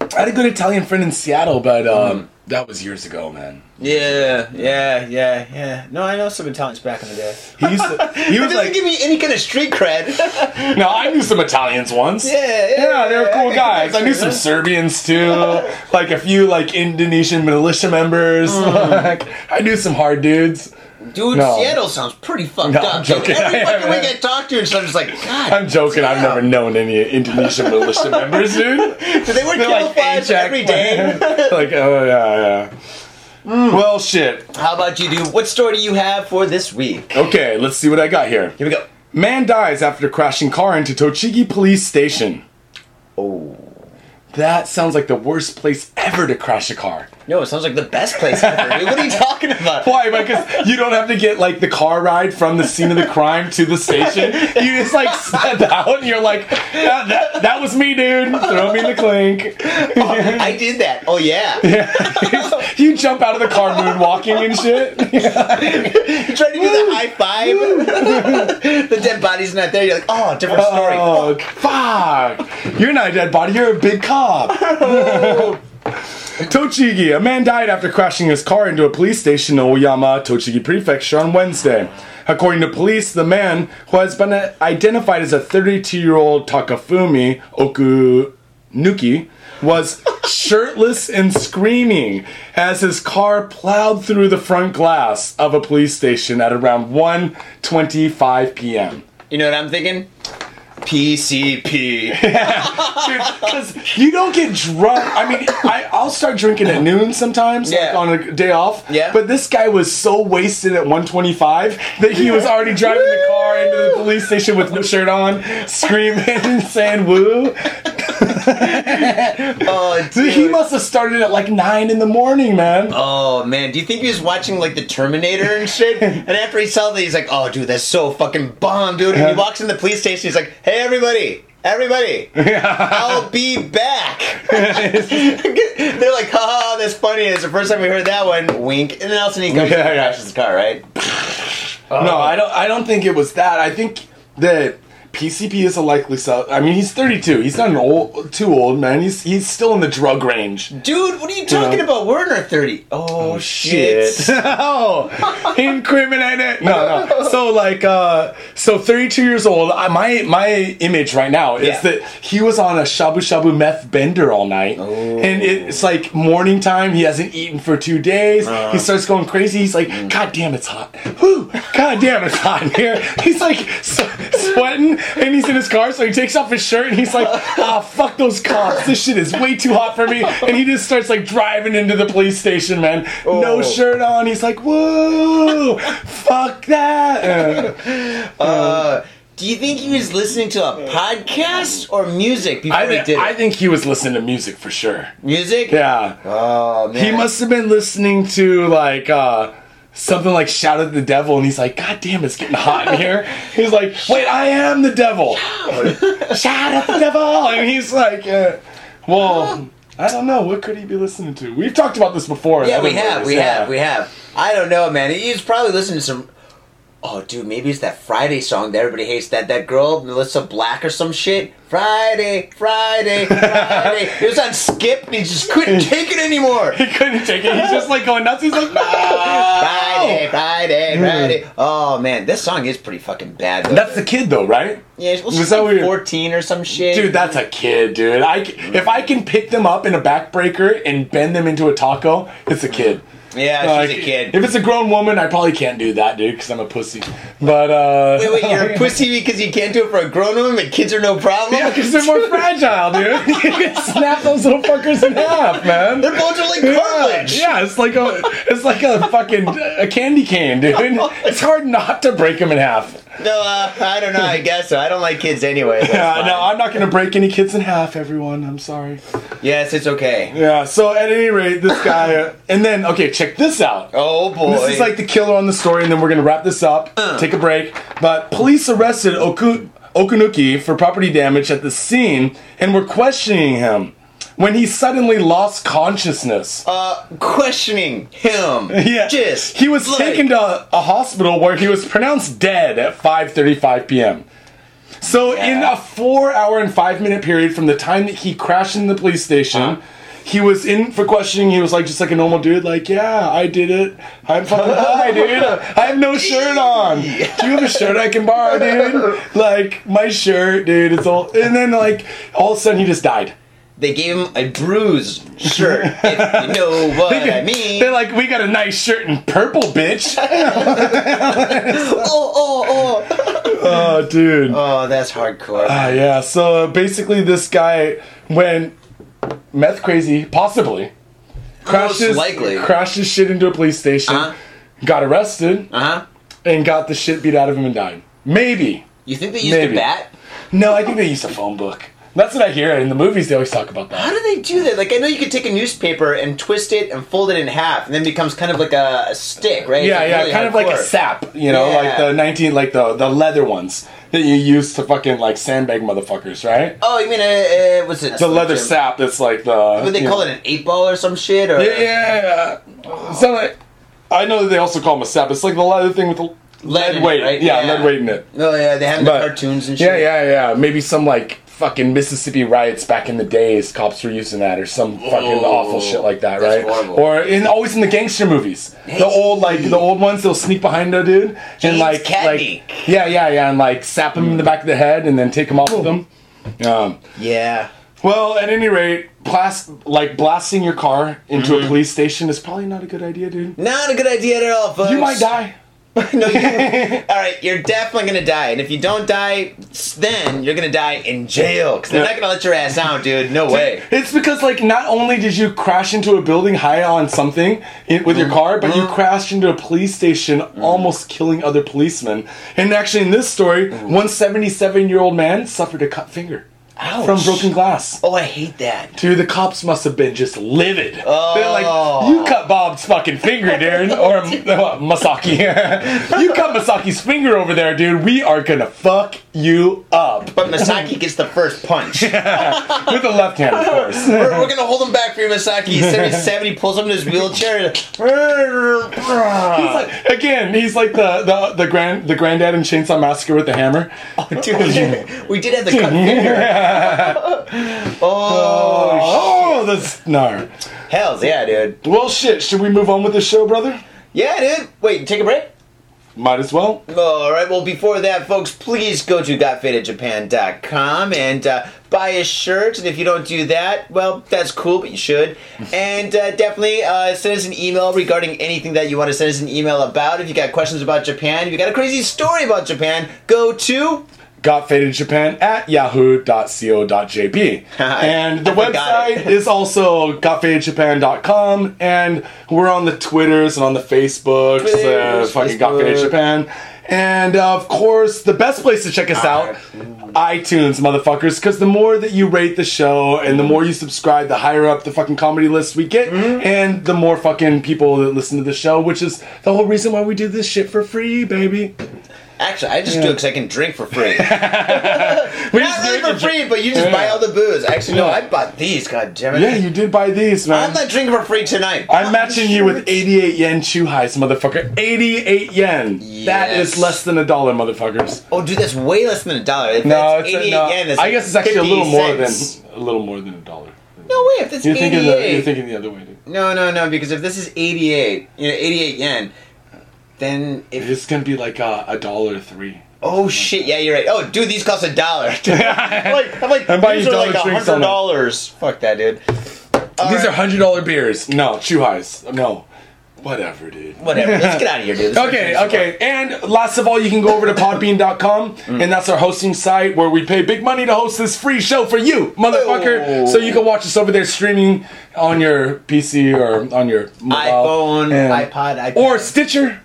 I had a good Italian friend in Seattle, but um, that was years ago, man.
Yeah, yeah, yeah, yeah. No, I know some Italians back in the day.
He used to, he
It
was
doesn't
like,
give me any kind of street cred.
no, I knew some Italians once.
Yeah, yeah,
yeah, they were
yeah,
cool
yeah,
guys. I knew
yeah.
some Serbians too, like a few like Indonesian militia members.
Hmm.
Like, I knew some hard dudes.
Dude,
No.
Seattle sounds pretty fucked
No,
up.
I'm
Like,
joking.
every fucking week I talk to you, and so I'm just like, God.
I'm joking. I've
Yeah.
never known any Indonesian militia members, dude.
do they wear
They're
kill
like
flags
paycheck
every day? Hmm.
plan. like, oh yeah, yeah. Well, shit.
How about you do? What story do you have for this week?
Okay, let's see what I got here.
Here we go.
Man dies after crashing car into Tochigi police station.
Oh.
That sounds like the worst place ever to crash a car.
No, it sounds like the best place ever. dude. what are you talking about?
Why? Because you don't have to get like the car ride from the scene of the crime to the station. You just like step out and you're like, that, that, that was me, dude. Throw me in the clink.
I did that. Oh yeah.
you jump out of the car moonwalking and shit.
You try to do the high five. the dead body's not there. You're like, oh, different story.
Oh, fuck. You're not a dead body, you're a big cop. Tochigi, a man died after crashing his car into a police station in Oyama, Tochigi Prefecture on Wednesday. According to police, the man, who has been identified as a 32 year old Takafumi Okunuki, was shirtless and screaming as his car plowed through the front glass of a police station at around 1.25 p.m.
You know what I'm thinking? PCP.
Because you don't get drunk. I mean, I, I'll start drinking at noon sometimes,
Yeah.
like on a day off.
Yeah.
But this guy was so wasted at 125 that he was already driving the car into the police station with no shirt on, screaming and saying woo.
Oh, dude.
He must have started at like 9 in the morning, man.
Oh man, do you think he was watching like the Terminator and shit? and after he saw that, he's like, "Oh, dude, that's so fucking bomb, dude!" And he walks in the police station. He's like, "Hey, everybody, everybody, I'll be back." They're like, "Ha, oh, that's funny." It's the first time we heard that one. Wink, and then all of a sudden he comes
Yeah,
and
yeah.
crashes his car, right?
No, I don't. I don't think it was that. I think that PCP is a likely sub. I mean, he's 32. He's not an old, too old man. He's he's still in the drug range.
Dude, what are you talking
Yeah.
about? We're in our thirty. Oh, shit.
oh, incriminated. No, no. So like, uh, so 32 years old. I, my my image right now is
Yeah.
that he was on a shabu shabu meth bender all night, and it's like morning time. He hasn't eaten for two days. He starts going crazy. He's like, God damn, it's hot. Whew, God damn, it's hot in here. He's like s- sweating, and he's in his car. So he takes off his shirt, and he's like, Ah, fuck those cops. This shit is way too hot for me. And he just starts like driving into the police station, man.
Oh.
No shirt on. He's like, Whoa, fuck that. Uh,
Uh, do you think he was listening to a podcast or music before
I,
he
thi-
did it?
I think he was listening to music for sure.
music?
Yeah.
Oh man.
He must have been listening to like uh something like Shout at the Devil and he's like, God damn, it's getting hot in here. He's like, Wait, I am the devil. Shout at the devil and he's like, uh, Well, I don't know, what could he be listening to? We've talked about this before. in
Yeah,
other
we have,
ways,
we
yeah.
have, we have. I don't know, man. He's probably listening to some. Oh, dude, maybe it's that Friday song that everybody hates. That that girl, Melissa Black or some shit. Friday, Friday, Friday. he was on skip and he just couldn't take it anymore.
He couldn't take it. He's just like going nuts. He's like, no!
Friday, Friday, Friday. Oh man, this song is pretty fucking bad. Though.
That's the kid though, right?
yeah, well,
was
she's
that
like
what you're-
fourteen or some shit.
Dude, that's a kid, dude. I c
Mm.
if I can pick them up in a backbreaker and bend them into a taco, it's a kid.
yeah,
Like,
she's a kid.
If it's a grown woman, I probably can't do that, dude, because I'm a pussy. But uh,
Wait, wait, you're a pussy because you can't do it for a grown woman, but kids are no problem.
yeah, because they're more fragile, dude. you can snap those little fuckers in half, man.
Their bones are like
Yeah,
cartilage.
Yeah, it's like a, it's like a fucking a candy cane, dude. It's hard not to break them in half.
No, uh, I don't know. I guess so. I don't like kids anyway. that's
Yeah,
fine.
no, I'm not gonna break any kids in half, everyone. I'm sorry.
Yes, it's okay.
Yeah. So at any rate, this guy, uh, and then okay, check this out.
Oh boy. Uh.
This is like the killer on the story, and then we're gonna wrap this up, take a break. But police arrested Oku- Okunuki for property damage at the scene and were questioning him when he suddenly lost consciousness.
uh, questioning him.
yeah,
Just
he was
like-
taken to a hospital where he was pronounced dead at 5:35 p.m. So in
Yeah.
a four-hour and five-minute period from the time that he crashed in the police station.
Uh-huh.
He was in for questioning. He was like, just like a normal dude, like, yeah, I did it. I'm fucking high, dude. I have no shirt on. Do you have a shirt I can borrow, dude? Like, my shirt, dude. It's all. And then, like, all of a sudden, he just died.
They gave him a bruised shirt. if you know what I mean.
They're like, we got a nice shirt in purple, bitch.
oh, oh, oh.
oh, dude.
Oh, that's hardcore.
Ah, yeah. So uh, basically, this guy went meth crazy, possibly crashes
likely.
crashes shit into a police station,
Uh-huh.
got arrested,
Uh huh.
and got the shit beat out of him and died. Maybe
You think they used
Maybe.
a bat?
No, I think they used a phone book. That's what I hear in the movies. They always talk about
How
that.
do they do that? Like I know you could take a newspaper and twist it and fold it in half, and then it becomes kind of like a, a stick, right?
Yeah,
It's
yeah,
really
kind of like a
hardcore.
sap, you know,
Yeah.
like the nineteen, like the the leather ones that you use to fucking like sandbag motherfuckers, right?
Oh, you mean a, uh what's it?
The leather sap that's like the.
Would they
you
call
know.
it an eight ball or some shit? Or
Yeah, yeah, yeah. It's not like, I know that they also call them a sap. It's like the leather thing with the lead,
in it,
weight.
right?
Yeah,
Yeah.
lead weight in it.
Oh yeah, they have the
But-
cartoons and shit.
Yeah, yeah, yeah. Maybe some like fucking Mississippi riots back in the days. Cops were using that, or some fucking
Whoa.
awful shit like that,
That's
right?
horrible.
Or in always in the gangster movies, the old like the old ones, they'll sneak behind a dude and
James
like
Cagney.
like yeah, yeah, yeah, and like sap him in the back of the head and then take him off with them. Um,
Yeah.
well, at any rate, blast like blasting your car into
Mm-hmm.
a police station is probably not a good idea, dude.
Not a good idea at all, folks.
You might die.
no, you all right, you're definitely gonna die, and if you don't die, s- then you're gonna die in jail because they're
Yeah.
not gonna let your ass out, dude. No way.
It's because like not only did you crash into a building high on something in, with your
Mm.
car, but you crashed into a police station, almost killing other policemen. And actually, in this story,
Mm.
one seventy-seven-year-old man suffered a cut finger
Ouch.
from broken glass.
Oh, I hate that.
Dude, the cops must have been just livid. They're
Oh.
like, you cut Bob's fucking finger, Darren, or uh, Masaki. you cut Masaki's finger over there, dude. We are gonna fuck you up
But Masaki gets the first punch. we're,
with the left hand, of course.
we're gonna hold him back for you, Masaki. 77, he pulls up in his wheelchair.
He's like- again, he's like the, the the grand the granddad in Chainsaw Massacre with the hammer.
Dude, we did have the cut finger. oh,
Oh, that's no.
hells yeah, dude.
Well, shit. Should we move on with the show, brother?
Yeah, dude. Wait, take a break.
Might as well.
All right. Well, before that, folks, please go to gotfitedjapan.com and uh, buy a shirt. And if you don't do that, well, that's cool, but you should. And uh, definitely uh, send us an email regarding anything that you want to send us an email about. If you got questions about Japan, if you got a crazy story about Japan, go to
Got faded Japan at yahoo.co.jp. and the
I forgot
website
it.
is also gotfadedjapan.com. And we're on the Twitters and on the Facebooks, uh,
Twitters,
fucking Got Faded
Facebook.
Japan. And uh, of course, the best place to check us out, iTunes, motherfuckers, because the more that you rate the show and the more you subscribe, the higher up the fucking comedy list we get,
Mm-hmm.
and the more fucking people that listen to the show, which is the whole reason why we do this shit for free, baby.
Actually, I just do it because I can drink for free.
We
Not
just
really
do it
for free, but you just
Yeah.
buy all the booze. Actually, no,
Yeah.
I bought these. God damn it!
Yeah, you did buy these, man.
I'm not drinking for free tonight.
I'm matching you with 88 yen chew highs, motherfucker. 88 yen. That
Yes.
is less than a dollar, motherfuckers.
Oh, dude, that's way less than a dollar. If
No,
that's
it's a,
88
no.
yen. That's
I guess it's actually a
50
little more
cents.
than a little more than a dollar.
No way, if that's
You're
88.
thinking the you're thinking the other way. Dude.
no, no, no, because if this is 88, you know, 88 yen, then if.
It's gonna be like uh, a, a dollar three.
Oh shit, yeah, you're right. Oh, dude, these cost a dollar. I'm like, I'm like,
I'm buying
these are
you dollar
like
drinks on them.
$100. Fuck that, dude. All
these
right,
are hundred dollar beers. No chew highs. No, whatever, dude.
Whatever, let's get out of here, dude. Let's
Okay,
go drink some
okay. And last of all, you can go over to podbean.com,
Mm.
and that's our hosting site where we pay big money to host this free show for you, motherfucker.
Oh.
So you can watch us over there streaming on your PC or on your mobile.
iPhone,
and-
iPod, iPod.
Or Stitcher.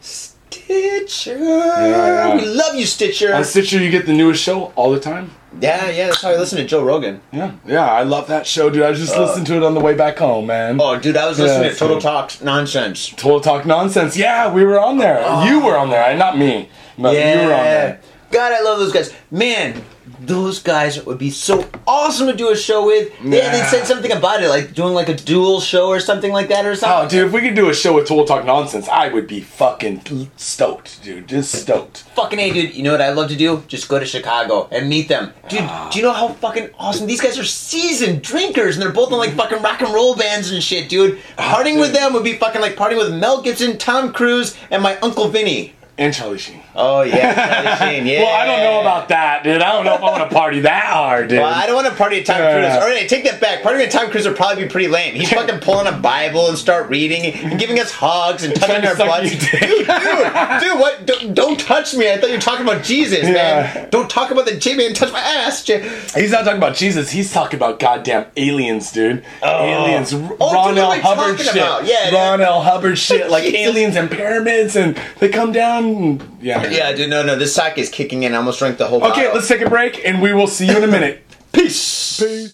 Stitcher.
yeah.
We love you, Stitcher.
On Stitcher, you get the newest show all the time.
yeah, yeah, that's how I listen to Joe Rogan.
Yeah, yeah, I love that show, dude. I just listened to it on the way back home, man.
Uh. Oh, dude, I was listening
Yeah,
to Total
so-
Talks Nonsense.
Total Talk Nonsense. Yeah, we were on there. You were on there, I- not me. But
Ah. Yeah.
you were on there.
God, I love those guys. Man, those guys would be so awesome to do a show with. Yeah, they
Yeah.
said something about it, like doing like a dual show or something like that or
Oh,
something.
dude, if we could do a show with Total Talk Nonsense, I would be fucking stoked, dude. Just stoked.
Fucking A, dude. You know what I love to do? Just go to Chicago and meet them. Dude, do you know how fucking awesome? These guys are seasoned drinkers and they're both in like fucking rock and roll bands and shit, Ah, dude. Partying with
dude.
them would be fucking like partying with Mel Gibson, Tom Cruise, and my Uncle Vinny.
And Charlie Sheen.
Oh, yeah. Charlie Sheen, yeah.
Well, I don't know about that, dude. I don't know if I want to party that hard, dude.
Well, I don't want to party at Tom
Yeah.
Cruise. All right, take that back. Partying at Tom Cruise would probably be pretty lame. He's fucking pulling a Bible and start reading and giving us hugs and touching
Trying to
our
suck
butts.
your
Dude,
dick.
dude, dude, what? Don't, don't touch me. I thought you were talking about Jesus,
Yeah.
man. Don't talk about the J-Man. Touch my ass. J-
he's not talking about Jesus. He's talking about goddamn aliens, dude. aliens. R-
Oh,
Ron
dude, what
L.
am I
Hubbard
talking
shit.
about? Yeah,
Ron
yeah.
L. Hubbard shit. Like
Jesus.
aliens and pyramids, and they come down one. Yeah.
Yeah, dude, no, no, this sake is kicking in. I almost drank the whole
Okay,
bottle.
let's take a break, and we will see you in a minute. Peace. Peace.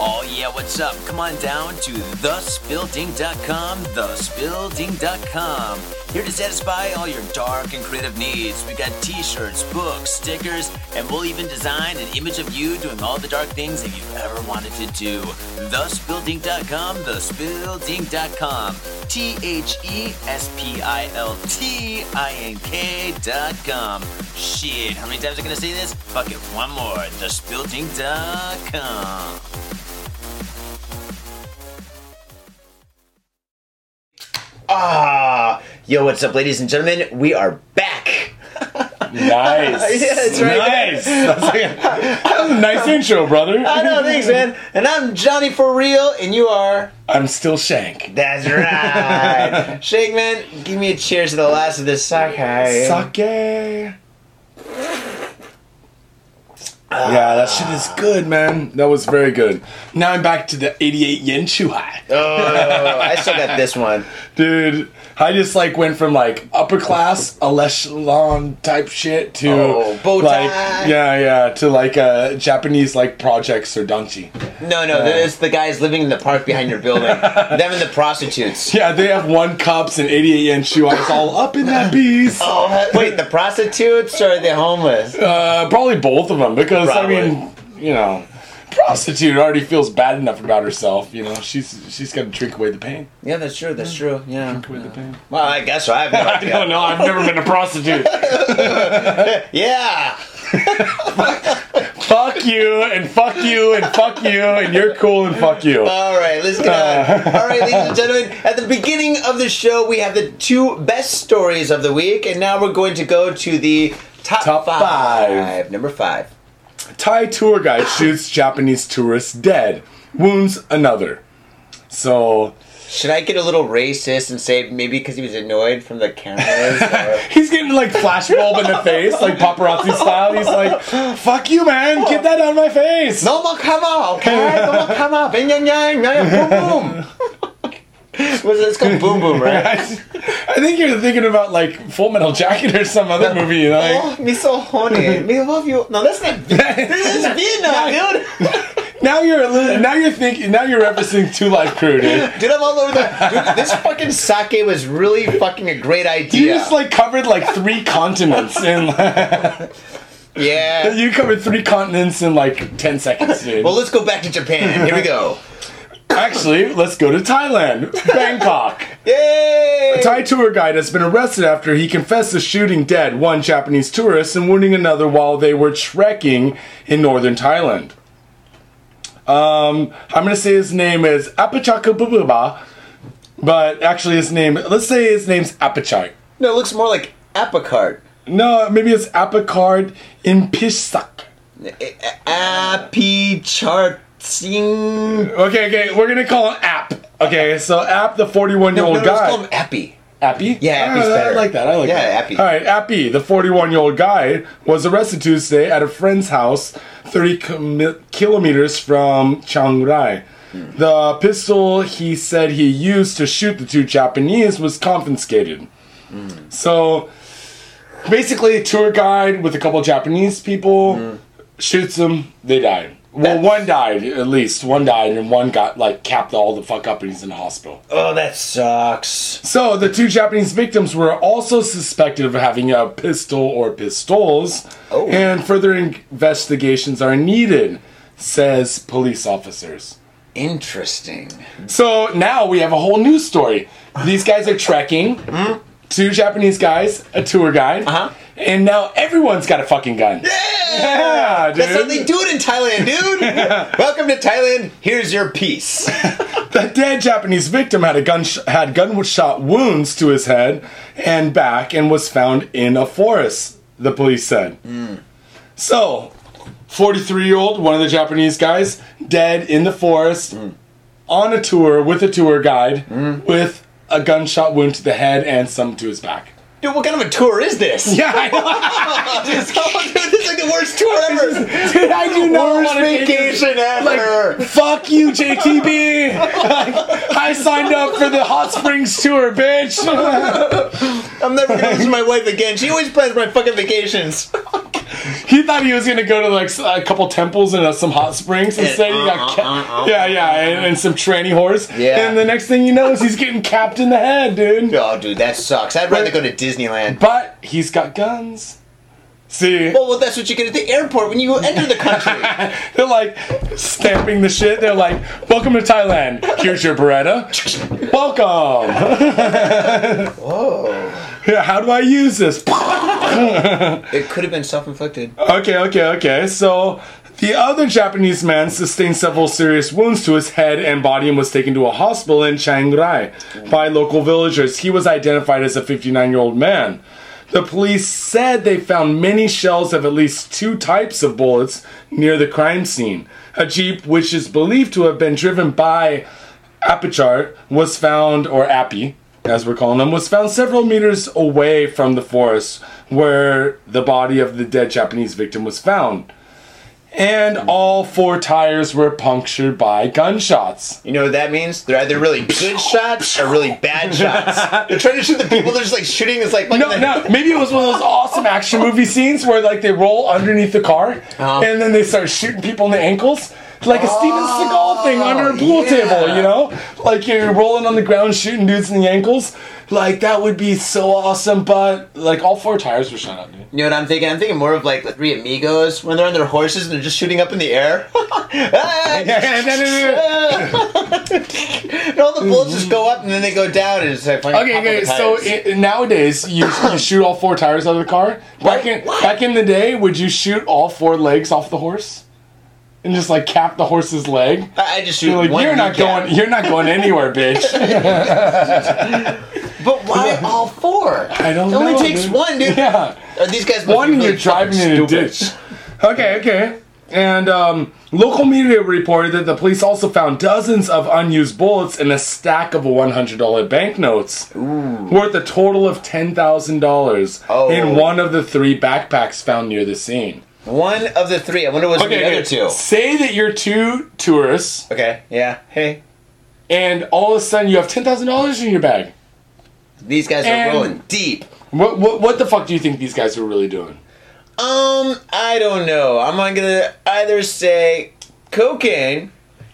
Oh yeah, what's up? Come on down to thespilting.com, thespilting.com. Here to satisfy all your dark and creative needs. We got t-shirts, books, stickers, and we'll even design an image of you doing all the dark things that you've ever wanted to do. Thespilting.com, thespilting.com. E T-H-E-S-P-I-L-T-I-N-K dot com. Shit, how many times am I gonna say this? Fuck it, one more. Thespilting.com.
Ah, yo, what's up, ladies and gentlemen? We are back.
Nice.
Yeah, that's right.
Nice. That's like- that was a nice intro, brother.
I know, thanks, man. And I'm Johnny for real, and you are.
I'm still Shank.
That's right. Shake, man, give me a cheers to the last of this sake.
Sake. Yeah, that shit is good, man. That was very good. Now I'm back to the 88 yen chuhai.
Oh, I still got this one.
Dude, I just like went from like upper class, echelon type shit to
Oh, bow tie.
like yeah, yeah, to like uh, Japanese like projects or danchi.
No, no, there's the guys living in the park behind your building. Them and the prostitutes.
Yeah, they have one cups and 88 yen chuhai. all up in that piece.
Oh, wait, the prostitutes or the homeless?
Uh, probably both of them because
Probably.
I mean, you know, prostitute already feels bad enough about herself. You know, she's she's gonna drink away the pain.
Yeah, that's true. That's true. Yeah.
Drink away the pain.
Well, I guess so. I have no
I
idea.
don't know. I've never been a prostitute.
Yeah.
fuck you and fuck you and fuck you and you're cool and fuck you.
All right, let's get on.
Uh.
All right, ladies and gentlemen, at the beginning of the show, we have the two best stories of the week, and now we're going to go to the top,
Top
five.
five.
Number five.
Thai tour guide shoots Japanese tourist dead, wounds another. So
Should I get a little racist and say maybe because he was annoyed from the cameras? or-
he's getting like flashbulb in the face, like paparazzi style. He's like, "Fuck you, man! Get that out of my face!"
No more karma, okay? No more karma. Bing, yang, yang, yang, boom, boom. Was it- It's called Boom Boom, right?
I think you're thinking about like Full Metal Jacket or some other movie. You know?
Oh,
like-
me so horny. Me love you. No, that's not. This is Vietnam, dude.
now you're a little, now you're thinking now you're referencing Two Life Crew, dude.
Dude, I'm all over the. Dude, this fucking sake was really fucking a great
You
idea.
just like covered like three continents in
yeah.
you covered three continents in like ten seconds, dude.
Well, let's go back to Japan. Here we go.
Actually, let's go to Thailand, Bangkok.
Yay!
Thai tour guide has been arrested after he confessed to shooting dead one Japanese tourist and wounding another while they were trekking in northern Thailand. Um, I'm gonna say his name is Apachaka Bububa, but actually his name, let's say his name's Apachai.
No, it looks more like apricot.
No, maybe it's Apakard Impishsak.
Apicharting.
Okay, okay, we're gonna call him App. Okay, so App, the 41 year
No,
old
no, let's
guy.
call him Appy.
Appy?
Yeah,
Ah,
Appy's
I
better.
like that. I like
Yeah,
that.
Appy.
All right, Appy, the 41 year old guy, was arrested Tuesday at a friend's house 30 km- kilometers from Chiang Rai. The pistol he said he used to shoot the two Japanese was confiscated. So basically, a tour guide with a couple Japanese people shoots them, they die. Well, one died at least. One died, and one got like capped all the fuck up, and he's in the hospital.
Oh, that sucks.
So the two Japanese victims were also suspected of having a pistol or pistols,
Oh.
and further investigations are needed, says police officers.
Interesting.
So now we have a whole news story. These guys are trekking. Two Japanese guys, a tour guide,
Uh-huh.
and now everyone's got a fucking gun. Yeah, dude.
That's how they do it in Thailand, dude. Welcome to Thailand. Here's your piece.
The dead Japanese victim had a gun had gunshot wounds to his head and back and was found in a forest. The police said. So, 43 year old, one of the Japanese guys, dead in the forest on a tour with a tour guide with a gunshot wound to the head and some to his back.
Dude, what kind of a tour is this?
Yeah, I know.
oh, dude, this is like the worst tour ever.
Dude, I do not
Worst
wanna take this-
vacation ever.
Like, fuck you, JTB. Like, I signed up for the Hot Springs tour, bitch.
I'm never gonna listen to my wife again. She always plans my fucking vacations.
He thought he was gonna go to like s- a couple temples and uh, some hot springs. Instead, he
uh,
got ca- yeah, yeah, and, and some tranny horse.
Yeah.
And the next thing you know is he's getting capped in the head, dude.
Oh, dude, that sucks. I'd rather go to Disneyland.
But he's got guns. See,
Well, well, that's what you get at the airport when you enter the country.
they're like stamping the shit. They're like, "Welcome to Thailand. Here's your Beretta. Welcome.
Whoa.
Yeah, how do I use this?"
It could have been self inflicted.
Okay, okay, okay. So the other Japanese man sustained several serious wounds to his head and body and was taken to a hospital in Chiang Rai by local villagers. He was identified as a 59 year old man. The police said they found many shells of at least two types of bullets near the crime scene. A jeep, which is believed to have been driven by Apichar, was found, or Appy, as we're calling them, was found several meters away from the forest where the body of the dead Japanese victim was found. And all four tires were punctured by gunshots.
You know what that means? They're either really good shots or really bad shots. They're trying to shoot the people. They're just like shooting. It's like, like
No, no, maybe it was one of those awesome action movie scenes where like they roll underneath the car
Uh-huh.
and then they start shooting people in the ankles. Like a Steven Seagal thing under a pool
Oh, yeah.
table, you know? Like you're rolling on the ground shooting dudes in the ankles. Like that would be so awesome, but like all four tires were shot out, dude.
You know what I'm thinking? I'm thinking more of like the Three Amigos when they're on their horses and they're just shooting up in the air. Ah!
okay,
and all the bullets just go up and then they go down and it's like fucking pop
okay.
up the
So
tires.
i nowadays, you, you shoot all four tires out of the car. Back in back in the day, would you shoot all four legs off the horse, and just like cap the horse's leg?
I I just shoot
You're like,
one
you're not
kneecap.
going. You're not going anywhere, bitch.
But why all four?
I don't
It only
know,
takes
dude.
one, dude.
yeah.
Are these guys must
one
be really
you're driving
fucking
in a
stupid.
ditch. Okay, okay. And um, local media reported that the police also found dozens of unused bullets in a stack of $100 banknotes worth a total of $10,000
Oh.
in one of the three backpacks found near the scene.
One of the three. I wonder what's the other two.
Say that you're two tourists
Okay. Yeah. Hey,
and all of a sudden you have $10,000 in your bag.
these guys
And-
are rolling deep.
What, what, what the fuck do you think these guys were really doing?
Um, I don't know. I'm gonna either say cocaine,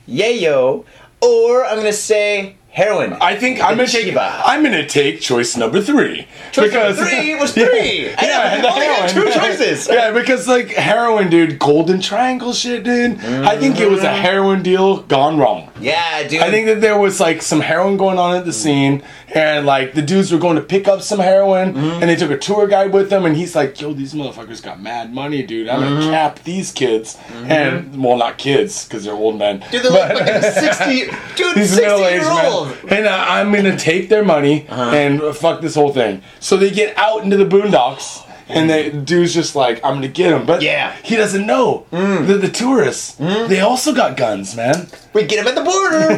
yayo, or I'm gonna say heroin.
I think I'm gonna take.
Chiba.
I'm gonna take choice number three
Because three was three. I
Yeah,
know, only got two
heroin.
oh, choices.
yeah, because like heroin, dude, golden triangle shit, dude. I think it was
Mm-hmm.
a heroin deal gone wrong.
Yeah, dude.
I think that there was like some heroin going on at the scene, and like the dudes were going to pick up some heroin,
Mm-hmm.
and they took a tour guide with them, and he's like, "Yo, these motherfuckers got mad money, dude. I'm
Mm-hmm.
gonna cap these kids, and well, not kids because they're old men.
Dude, they're like fucking 60. Dude,
He's
60
middle
year
aged
old.
man. And uh, I'm going to take their money
Uh-huh.
and fuck this whole thing. So they get out into the boondocks. And the dude's just like, I'm gonna get him, but
Yeah. Mm.
he doesn't know. They're the tourists. They also got guns, man.
We get him at the border.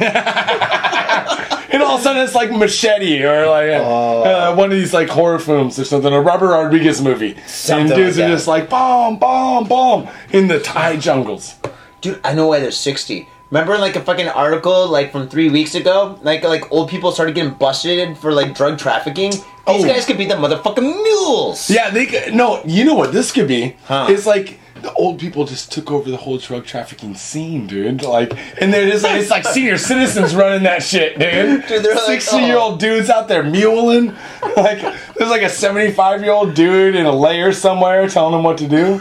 And all of a sudden, it's like machete or like
Oh.
uh, one of these like horror films or something, a Robert Rodriguez movie.
Something
and dudes
like
are
that.
just like bomb, bomb, bomb in the Thai jungles.
dude, I know why they're 60. Remember, in, like a fucking article, like from three weeks ago, like like old people started getting busted for like drug trafficking. These
Oh.
guys could be the motherfucking mules.
Yeah, they could, no. You know what this could be?
Huh.
It's like the old people just took over the whole drug trafficking scene, dude. Like, and they're just like it's like senior citizens running that shit, dude.
Dude, they're like, oh.
year old dudes out there muling. Like, there's like a seventy five year old dude in a lair somewhere telling them what to do.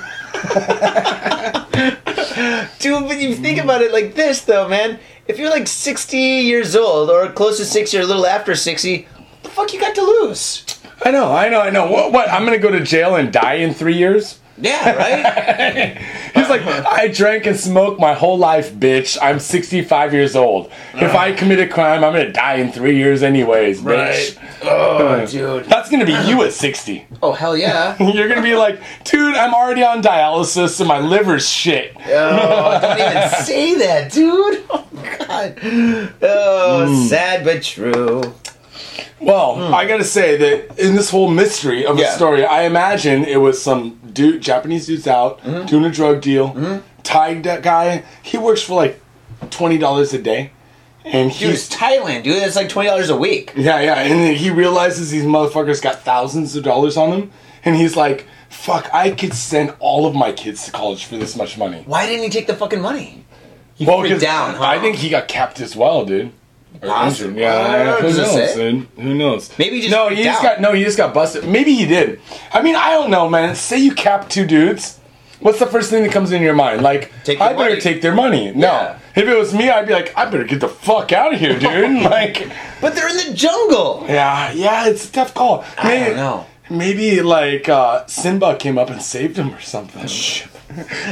Dude, but you think about it like this, though, man. If you're like 60 years old or close to 60 or a little after 60, what the fuck you got to lose?
I know, I know, I know. What? What? I'm gonna go to jail and die in three years.
Yeah, right?
He's like, I drank and smoked my whole life, bitch. I'm 65 years old.
Uh-huh.
If I commit a crime, I'm gonna die in three years, anyways, bitch.
Oh, dude.
That's gonna be you at 60.
Oh, hell yeah.
You're gonna be like, dude, I'm already on dialysis and my liver's shit.
Oh, don't even say that, dude. Oh, God. Oh,
Mm.
sad but true.
Well, I gotta say that in this whole mystery of the
Hmm. Yeah.
story, I imagine it was some dude, Japanese dude's out
Mm-hmm.
doing a drug deal. Thai d- guy, he works for like twenty dollars a day, and
Dude,
he's
it's Thailand, dude. That's like twenty dollars a week.
Yeah, yeah, and then he realizes these motherfuckers got thousands of dollars on them, and he's like, "Fuck, I could send all of my kids to college for this much money."
Why didn't he take the fucking money? He
Well,
freaked
'cause
down. Huh?
I think he got capped as well, dude. Or
Possible.
injured. Yeah,
I don't know,
who
does it
knows,
Oh, say?
dude? Who knows?
Maybe he just
no,
freaked
he just
out.
got no, he just got busted. Maybe he did. I mean, I don't know, man. Say you cap two dudes. What's the first thing that comes in your mind? Like,
Take
I
their
better
money.
take their money. No,
Yeah.
if it was me, I'd be like, I better get the fuck out of here, dude. like,
but they're in the jungle.
yeah, yeah, it's a tough call.
I don't know.
Maybe like uh, Simba came up and saved him or something.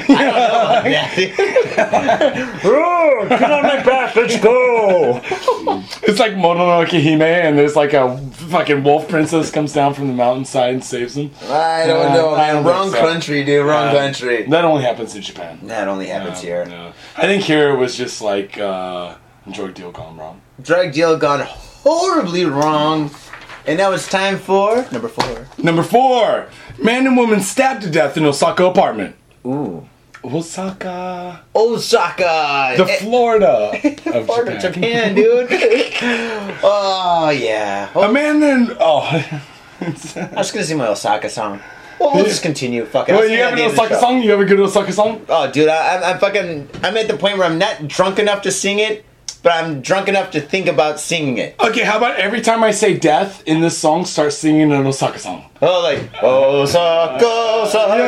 Yeah, dude.
oh, get on my back, let's go. it's like Mononoke Hime, and there's like a fucking wolf princess comes down from the mountainside and saves him.
I don't
Yeah,
know,
I
man.
don't
Wrong
think so.
country, dude. Wrong
Yeah.
country.
That only happens in Japan.
That only happens here.
No. I think here it was just like uh, drug deal gone wrong.
Drug deal gone horribly wrong, and now it's time for number four.
Number four, man and woman stabbed to death in Osaka apartment.
Ooh,
Osaka.
Osaka.
the
Eh,
Florida of
part of
Japan.
Japan, dude. oh yeah.
A man then oh,
I was gonna sing my Osaka song. Well, we'll just continue. Fuck it. I'll
well,
sing
you
it at
have an
the end of the
Osaka
show.
song. You have a good Osaka song.
Oh, dude, I, I'm, I'm fucking. I'm at the point where I'm not drunk enough to sing it, but I'm drunk enough to think about singing it.
Okay, how about every time I say death in this song, start singing an Osaka song.
Oh, like Osaka, Osaka,
Yeah,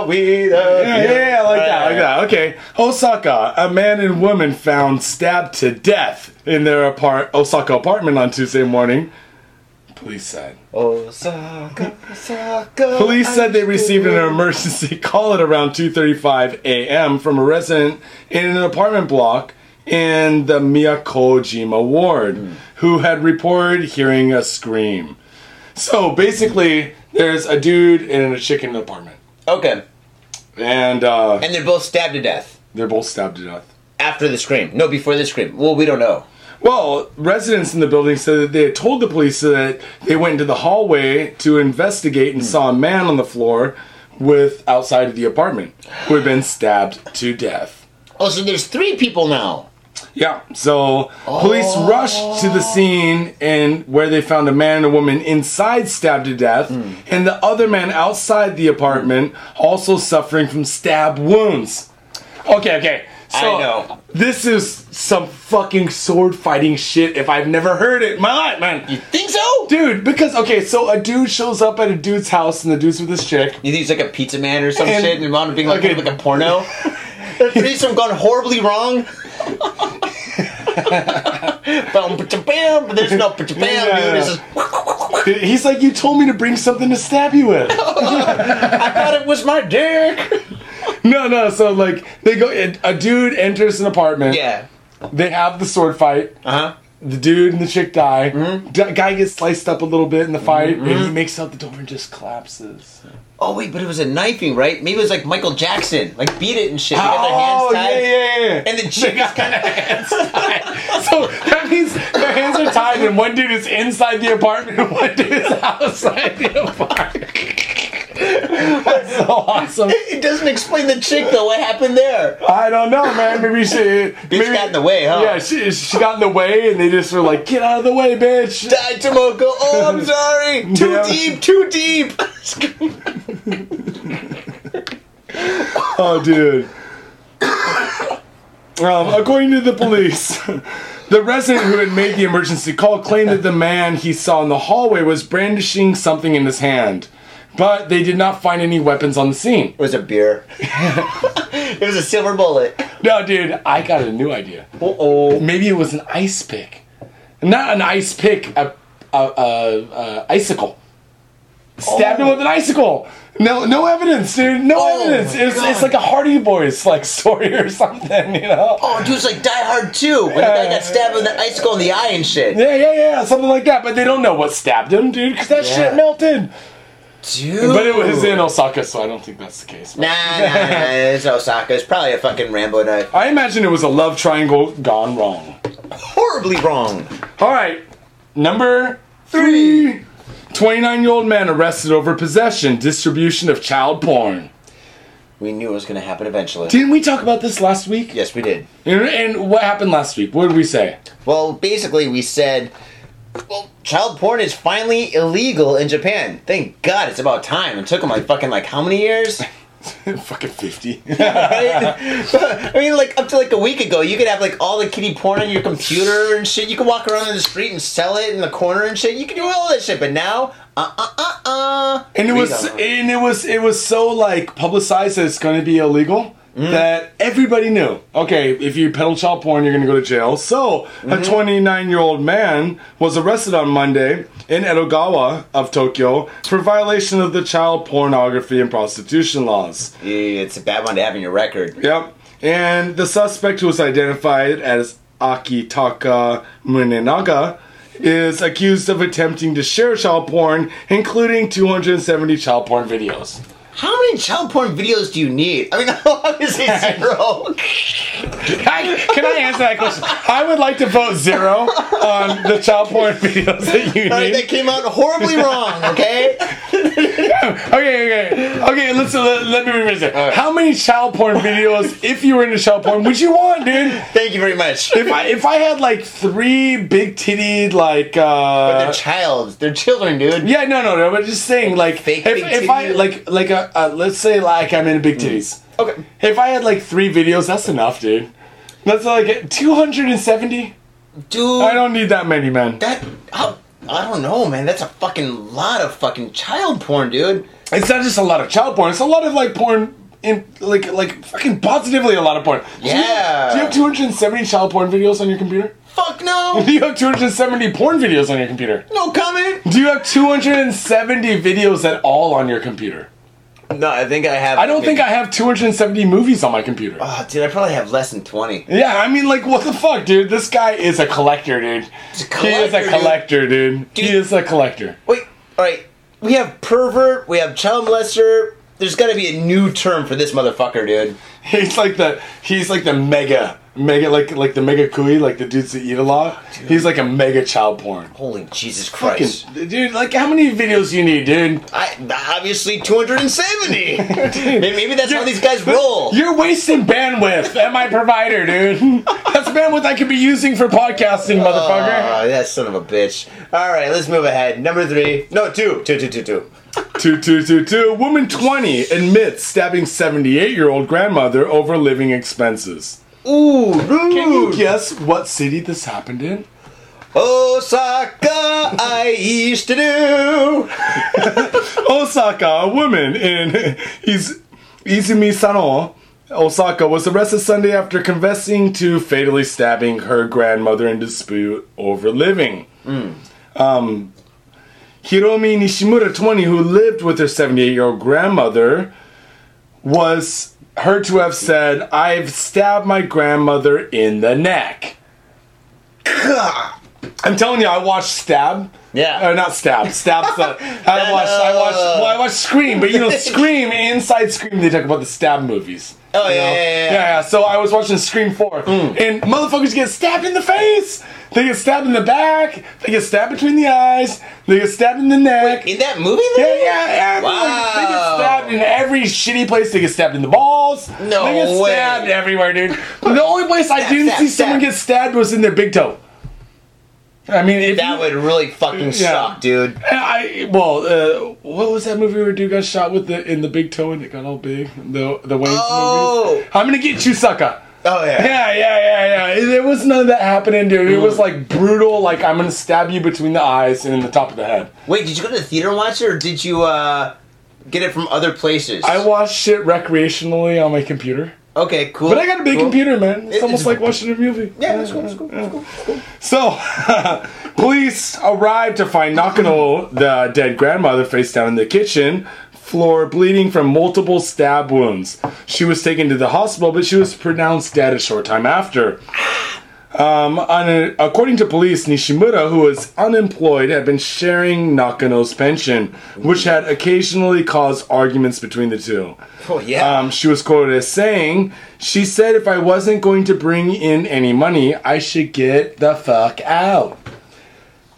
yeah,
we love
Yeah,
you.
yeah, yeah, like that, like
Right.
that. Okay, Osaka. A man and woman found stabbed to death in their apart Osaka apartment on Tuesday morning. Police said.
Osaka, Osaka.
Police
I
said they
do.
received an emergency call at around 2:35 a.m. from a resident in an apartment block in the Miyakojima ward who had reported hearing a scream. So basically, there's a dude and a chick in an apartment,
Okay,
and uh,
and they're both stabbed to death
they're both stabbed to death.
after the scream. No, before the scream. Well, we don't know.
Well, residents in the building said that they had told the police that they went into the hallway to investigate and saw a man on the floor with outside of the apartment who had been stabbed to death.
Oh, so there's three people now.
Yeah. So police
Oh.
rushed to the scene and where they found a man and a woman inside stabbed to death,
Hmm.
and the other man outside the apartment also suffering from stab wounds. Okay, okay. So
I know.
this is some fucking sword fighting shit if I've never heard it in my life, man.
Think so?
Dude, because okay, so a dude shows up at a dude's house and the dude's with his chick.
You think he's like a pizza man or some
And-
shit, and your mom being like,
okay.
like a porno? the threesome gone horribly wrong. Bum, ba-cha-bam, but there's no bam,
Yeah.
dude. It's just,
He's like, You told me to bring something to stab you with.
I thought it was my dick.
no, no, so like they go and a dude enters an apartment.
Yeah.
They have the sword fight.
Uh huh.
The dude and the chick die.
Mm-hmm.
D- guy gets sliced up a little bit in the fight, and he makes out the door and just collapses.
Oh wait, but it was a knifing, right? Maybe it was like Michael Jackson, like beat it and shit. They got their hands
Oh
tied.
yeah, yeah, yeah.
And the chick is kind of
so that means their hands are tied, and one dude is inside the apartment, and one dude is outside the apartment. That's so awesome.
It doesn't explain the chick though. What happened there?
I don't know, man. Maybe she.
Bitch
maybe,
got in the way, huh?
Yeah, she, she got in the way, and they just were like, "Get out of the way, bitch."
Die, Tomoko. Oh, I'm sorry. Too
Yeah.
deep. Too deep.
Oh, dude. Um, according to the police, the resident who had made the emergency call claimed that the man he saw in the hallway was brandishing something in his hand, but they did not find any weapons on the scene.
It was a beer. it was a silver bullet.
No, dude, I got a new idea.
Uh oh.
Maybe it was an ice pick, not an ice pick, a, a, a, a icicle. Stabbed him with an icicle. No, no evidence, dude. No
Oh
evidence.
my
It's, it's
God.
like a Hardy Boys like story or something, you know.
Oh, dude's like Die Hard 2 when the guy got stabbed with an icicle in the eye and shit.
Yeah, yeah, yeah, something like that. But they don't know what stabbed him, dude, because that
Yeah.
shit melted.
Dude.
But it was in Osaka, so I don't think that's the case.
Nah, nah, nah. It's Osaka. It's probably a fucking Rambo knife.
I imagine it was a love triangle gone wrong.
Horribly wrong.
All right, number three. 29 year old man arrested over possession, distribution of child porn.
we knew it was going to happen eventually.
Didn't we talk about this last week?
yes, we did.
And, and what happened last week? What did we say?
Well, basically, we said, well, child porn is finally illegal in Japan. Thank God, it's about time. It took them like fucking like how many years?
Fucking 50.
Right? I mean, like up to like a week ago, you could have like all the kitty porn on your computer and shit. You could walk around in the street and sell it in the corner and shit. You could do all that shit. But now, uh, uh, uh, uh.
and it was and it was it was so like publicized that it's going to be illegal that everybody knew. Okay, if you peddle child porn, you're going to go to jail. So a 29 year old man was arrested on Monday in Edogawa of Tokyo for violation of the child pornography and prostitution laws.
Yeah, it's a bad one to have in your record.
Yep. And the suspect, who was identified as Akitaka Munenaga, is accused of attempting to share child porn, including 270 child porn videos.
How many child porn videos do you need? I mean, obviously zero.
I, can I answer that question? I would like to vote zero on the child porn videos that you
Like, that
need.
came out horribly wrong. Okay.
Okay, okay, okay. Let's let, let me revisit. How many child porn videos, if you were into child porn, would you want, dude?
Thank you very much.
If I if I had like three big titty like
They're
uh
childs. They're children, dude.
yeah no no no but just saying like
Fake
if,
big
if I
titty? Mm.
like like a, uh let's say like I'm into big titties
Okay.
if I had like three videos that's enough dude that's like 270
Dude,
I don't need that many man
that how, I don't know, man. That's a fucking lot of fucking child porn, dude.
It's not just a lot of child porn. It's a lot of like porn in like like fucking positively a lot of porn. Do you-
Yeah.
Do you have 270 child porn videos on your computer?
Fuck no.
Do you have 270 porn videos on your computer?
No comment.
Do you have 270 videos at all on your computer?
No, I think I have.
I don't think I have 270 movies on my computer.
Oh, dude, I probably have less than twenty.
Yeah, I mean, like, what the fuck, dude? This guy is a collector, dude.
He's a
he is
collector,
a
dude.
collector, dude. He
Dude.
is a collector.
Wait, all right. We have pervert. We have child molester. There's got to be a new term for this motherfucker, dude.
He's like the he's like the mega mega like like the mega kui like the dudes that eat a lot. He's like a mega child porn.
Holy Jesus
Fucking
Christ!
dude, like how many videos you need, dude?
I obviously 270. Maybe- Maybe that's how these guys roll.
You're wasting bandwidth at my provider, dude. That's bandwidth I could be using for podcasting, motherfucker.
Oh, that son of a bitch. All right, let's move ahead. Number three. No, two. Two, two, two, two.
Two two two two. Woman twenty admits stabbing seventy eight year old grandmother over living expenses.
Ooh, rude.
Can you guess what city this happened in?
Osaka, I used to do.
Osaka, a woman in Iz- Izumi Sano, Osaka, was arrested Sunday after confessing to fatally stabbing her grandmother in dispute over living. Um, Hiromi Nishimura, 20, who lived with her 78 year old grandmother, was heard to have said, I've stabbed my grandmother in the neck. I'm telling you, I watched Stab.
Yeah.
Or Oh, not Stab. Stab's the. I watched. I watched. Well, I watched Scream, but you know, Scream inside Scream, they talk about the Stab movies.
Oh,
you
yeah,
know?
yeah, yeah, Hmm. yeah.
So I was watching Scream Four, and motherfuckers get stabbed in the face. They get stabbed in the back. They get stabbed between the eyes. They get stabbed in the neck.
In that movie, though?
yeah, yeah, yeah.
Wow.
They get stabbed in every shitty place. They get stabbed in the balls.
No
They get
way.
stabbed everywhere, dude. the only place I didn't
stab,
see someone
stab.
get stabbed was in their big toe. I mean, if you-
That would really fucking suck, dude.
I well, uh, what was that movie where a dude got shot with the in the big toe and it got all big? The the Wayne's
Oh.
movies. I'm gonna get you, sucker.
Oh, yeah.
Yeah, yeah, yeah, yeah. There was none of that happening, dude. It was like brutal. Like I'm gonna stab you between the eyes and in the top of the head.
Wait, did you go to the theater and watch it, or did you uh, get it from other places?
I watched shit recreationally on my computer,
okay, cool.
but I got a big
Cool.
computer, man. It's
It-
almost
it's-
like watching a movie.
Yeah, that's cool, that's cool, that's cool.
So, police arrived to find Nakano, the dead grandmother, face down in the kitchen floor, bleeding from multiple stab wounds. She was taken to the hospital, but she was pronounced dead a short time after. Um, on a- according to police, Nishimura, who was unemployed, had been sharing Nakano's pension, which had occasionally caused arguments between the two.
Oh, yeah.
Um, she was quoted as saying, "She said if I wasn't going to bring in any money, I should get the fuck out."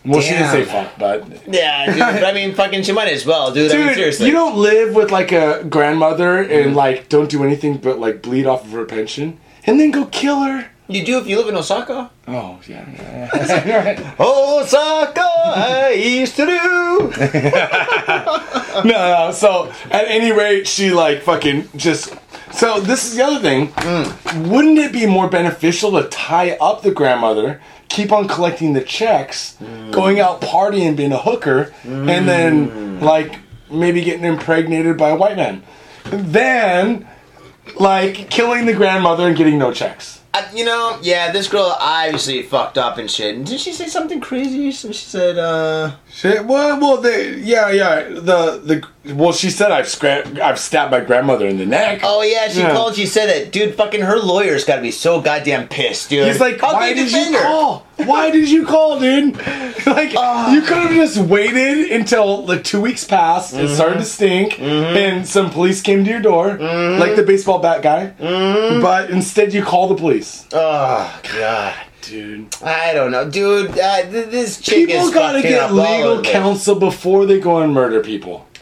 Well, she didn't say
Damn.
fuck, but
Yeah, dude. but I mean, fucking, she might as well, dude. I mean,
dude,
seriously.
you don't live with like a grandmother and like don't do anything but like bleed off of her pension and then go kill her.
you do if you live in Osaka.
Oh yeah, yeah.
Osaka, I used to do.
no, no. So at any rate, she like fucking just. So this is the other thing. Wouldn't it be more beneficial to tie up the grandmother, keep on collecting the checks, going out partying, being a hooker, and then like maybe getting impregnated by a white man, then like killing the grandmother and getting no checks.
Uh, you know, yeah, this girl obviously fucked up and shit. And did she say something crazy? So she said, uh.
Shit. Well, well, they, yeah, yeah. The the well, she said I've scra- I've stabbed my grandmother in the neck.
Oh yeah, she
Yeah.
called. She said that, dude. Fucking her lawyer's got to be so goddamn pissed, dude.
He's like,
How
why
can
did you
defend her?"
call? Why did you call, dude? Like,
Ah.
you could have just waited until like two weeks passed.
Mm-hmm.
It started to stink, and some police came to your door,
Mm-hmm.
like the baseball bat guy. But instead, you call the police,
Oh god,
dude.
I don't know, dude. Uh, th- this chick
People
is
gotta
fucking up
get
all
legal
over this.
counsel before they go and murder people.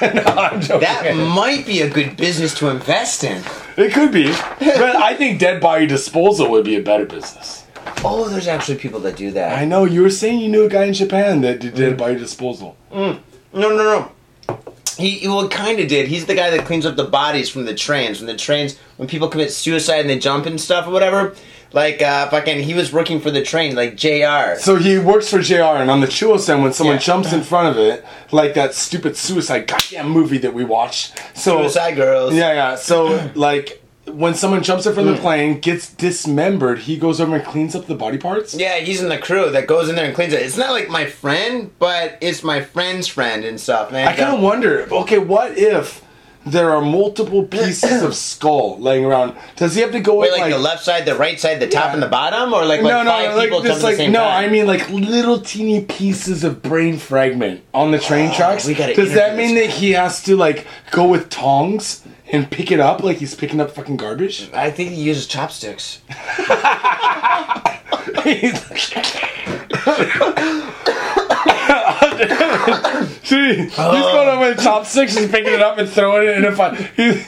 no, I'm joking.
That might be a good business to invest in.
It could be, but I think dead body disposal would be a better business.
Oh, there's actually people that do that.
I know you were saying you knew a guy in Japan that did
Mm.
dead body disposal.
No, no, no. He he- well, kind of did. He's the guy that cleans up the bodies from the trains. When the trains, when people commit suicide and they jump and stuff or whatever, like uh, fucking, he was working for the train, like Jr.
So he works for JR, and on the Chuo-sen, when someone
Yeah.
jumps in front of it, like that stupid suicide goddamn movie that we watched. So
Suicide Girls. Mm.
Yeah, yeah. So like when someone jumps in front of the plane, gets dismembered, he goes over and cleans up the body parts.
Yeah, he's in the crew that goes in there and cleans it. It's not like my friend, but it's my friend's friend and stuff, man.
I kind of wonder. Okay, what if? There are multiple pieces of skull laying around. Does he have to go
Wait,
in,
like, the left side, the right side, the top,
Yeah.
and the bottom, or like, like
no, no,
five
no, like,
people jump at
just
the
like
same
no,
time?
I mean like little teeny pieces of brain fragment on the train tracks.
Oh, we gotta
Does that
interview
mean that he has to like go with tongs and pick it up like he's picking up fucking garbage?
I think he uses chopsticks.
See, he's going up
Oh.
with chopsticks, he's picking it up and throwing it in a fire. He's,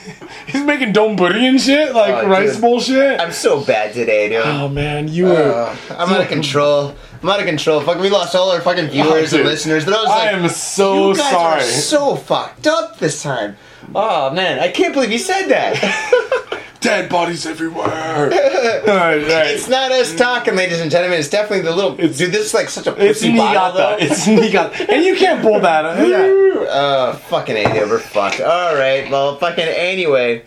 he's making donburi and shit, like
Oh,
rice
dude.
bowl shit.
I'm so bad today, dude.
oh man, you were.
Uh, I'm out of control. I'm out of control. Fuck, we lost all our fucking viewers
Oh,
and
dude.
listeners. But I was
I
like,
am so
you guys
Oh, sorry.
are so fucked up this time. Oh man, I can't believe you said that.
Dead bodies everywhere. all right, all right.
it's not us talking, ladies and gentlemen. It's definitely the little dude. This is like such a
It's
pussy bottle,
Niigata.
though.
It's Niigata. And you can't pull that out.
Uh, fucking a dude, we're fucked. All right, well, fucking anyway.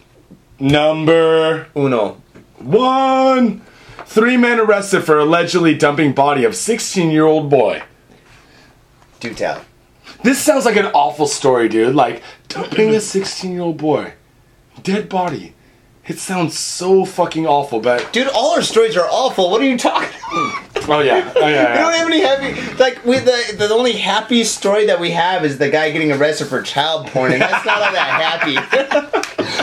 Number
Uno.
one. Three men arrested for allegedly dumping body of 16-year-old boy.
Do tell.
This sounds like an awful story, dude. Like, dumping a 16-year-old boy. Dead body. It sounds so fucking awful, but...
Dude, all our stories are awful. What are you talking about?
Oh, yeah.
We
Oh, yeah,
don't
yeah.
have any happy. Like we the the only happy story that we have is the guy getting arrested for child porn, and that's not all that happy.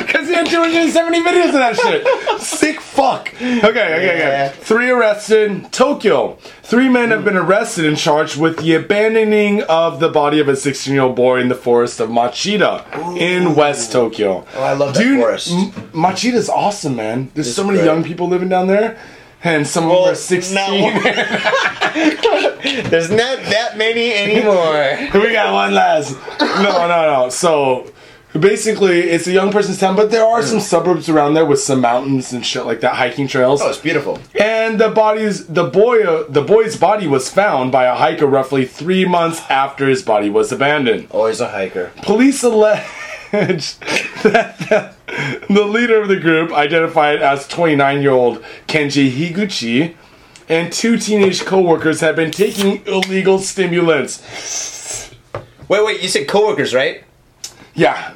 Because he had 270 videos of that shit. Sick fuck. Okay, okay,
Yeah.
okay. Three arrested. Tokyo. Three men have been arrested and charged with the abandoning of the body of a 16 year old boy in the forest of Machida in West Tokyo.
Oh, I love that forest.
M- Machida's awesome, man. There's so many
great.
young people living down there. And some of them
Well,
are 16.
no. There's not that many anymore.
we got one last. No, no, no. So basically, it's a young person's town, but there are some suburbs around there with some mountains and shit like that, hiking trails.
Oh, it's beautiful.
And the body's the boy uh, the boy's body was found by a hiker roughly three months after his body was abandoned.
Always a hiker.
Police allege that the, the leader of the group, identified as 29-year-old Kenji Higuchi, and two teenage co-workers had been taking illegal stimulants.
Wait, wait. You said coworkers, right?
Yeah,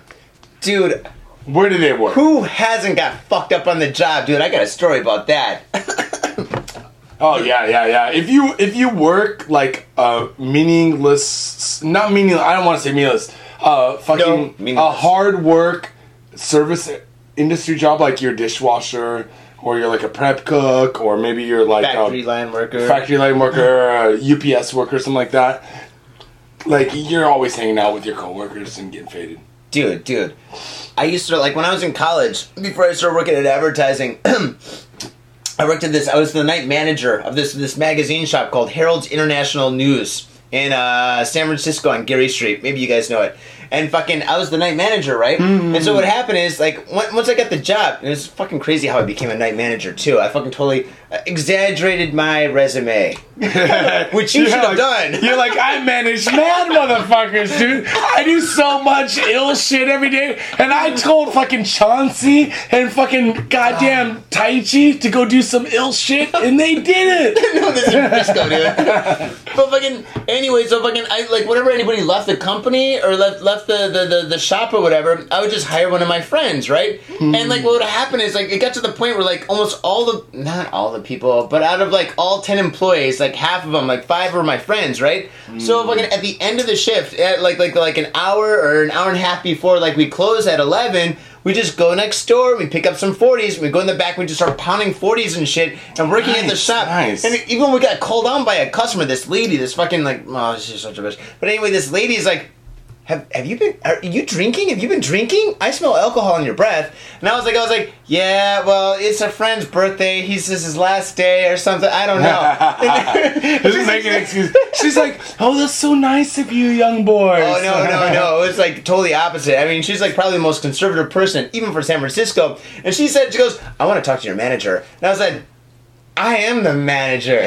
Dude,
where did they work?
who hasn't got fucked up on the job, dude? I got a story about that.
Oh yeah, yeah, yeah. If you if you work like a meaningless, not meaningless. I don't want to say meaningless. Uh, fucking
meaningless.
a hard work service industry job like your dishwasher or you're like a prep cook, or maybe you're like
Factory
a
line worker.
factory line worker, a UPS worker, something like that. Like you're always hanging out with your coworkers and getting faded.
dude, dude. I used to like when I was in college before I started working at advertising. I worked at this. I was the night manager of this this magazine shop called Herald's International News in uh, San Francisco on Gary Street. Maybe you guys know it. And fucking, I was the night manager, right? And so what happened is, like, on- once I got the job, and it's fucking crazy how I became a night manager too. I fucking totally uh, exaggerated my resume, which you
You're
should have
like-
done.
You're like, I manage mad motherfuckers, dude. I do so much ill shit every day. And I told fucking Chauncey and fucking goddamn Taichi to go do some ill shit, and they did it.
No, this is Frisco, dude. but fucking anyway, so fucking I like whenever anybody left the company or left left the the, the, the shop or whatever, I would just hire one of my friends, right?
Hmm.
And like what would happen is like it got to the point where like almost all the not all the people, but out of like all ten employees, like half of them, like five were my friends, right?
Hmm.
So fucking at the end of the shift, at like like like an hour or an hour and a half before like we close at eleven. We just go next door, we pick up some 40s, we go in the back, we just start pounding 40s and shit, and working at the
Nice,
shop.
nice.
And even when we got called on by a customer, this lady, this fucking like, oh, she's such a bitch. But anyway, this lady is like, have, have you been? Are you drinking? Have you been drinking? I smell alcohol in your breath. And I was like, I was like, yeah, well, it's a friend's birthday. He's this is his last day or something. I don't know.
This is making an excuse. She's like, oh, that's so nice of you, young boy.
Oh no no no! It was like totally opposite. I mean, she's like probably the most conservative person, even for San Francisco. And she said, she goes, "I want to talk to your manager." And I was like, "I am the manager."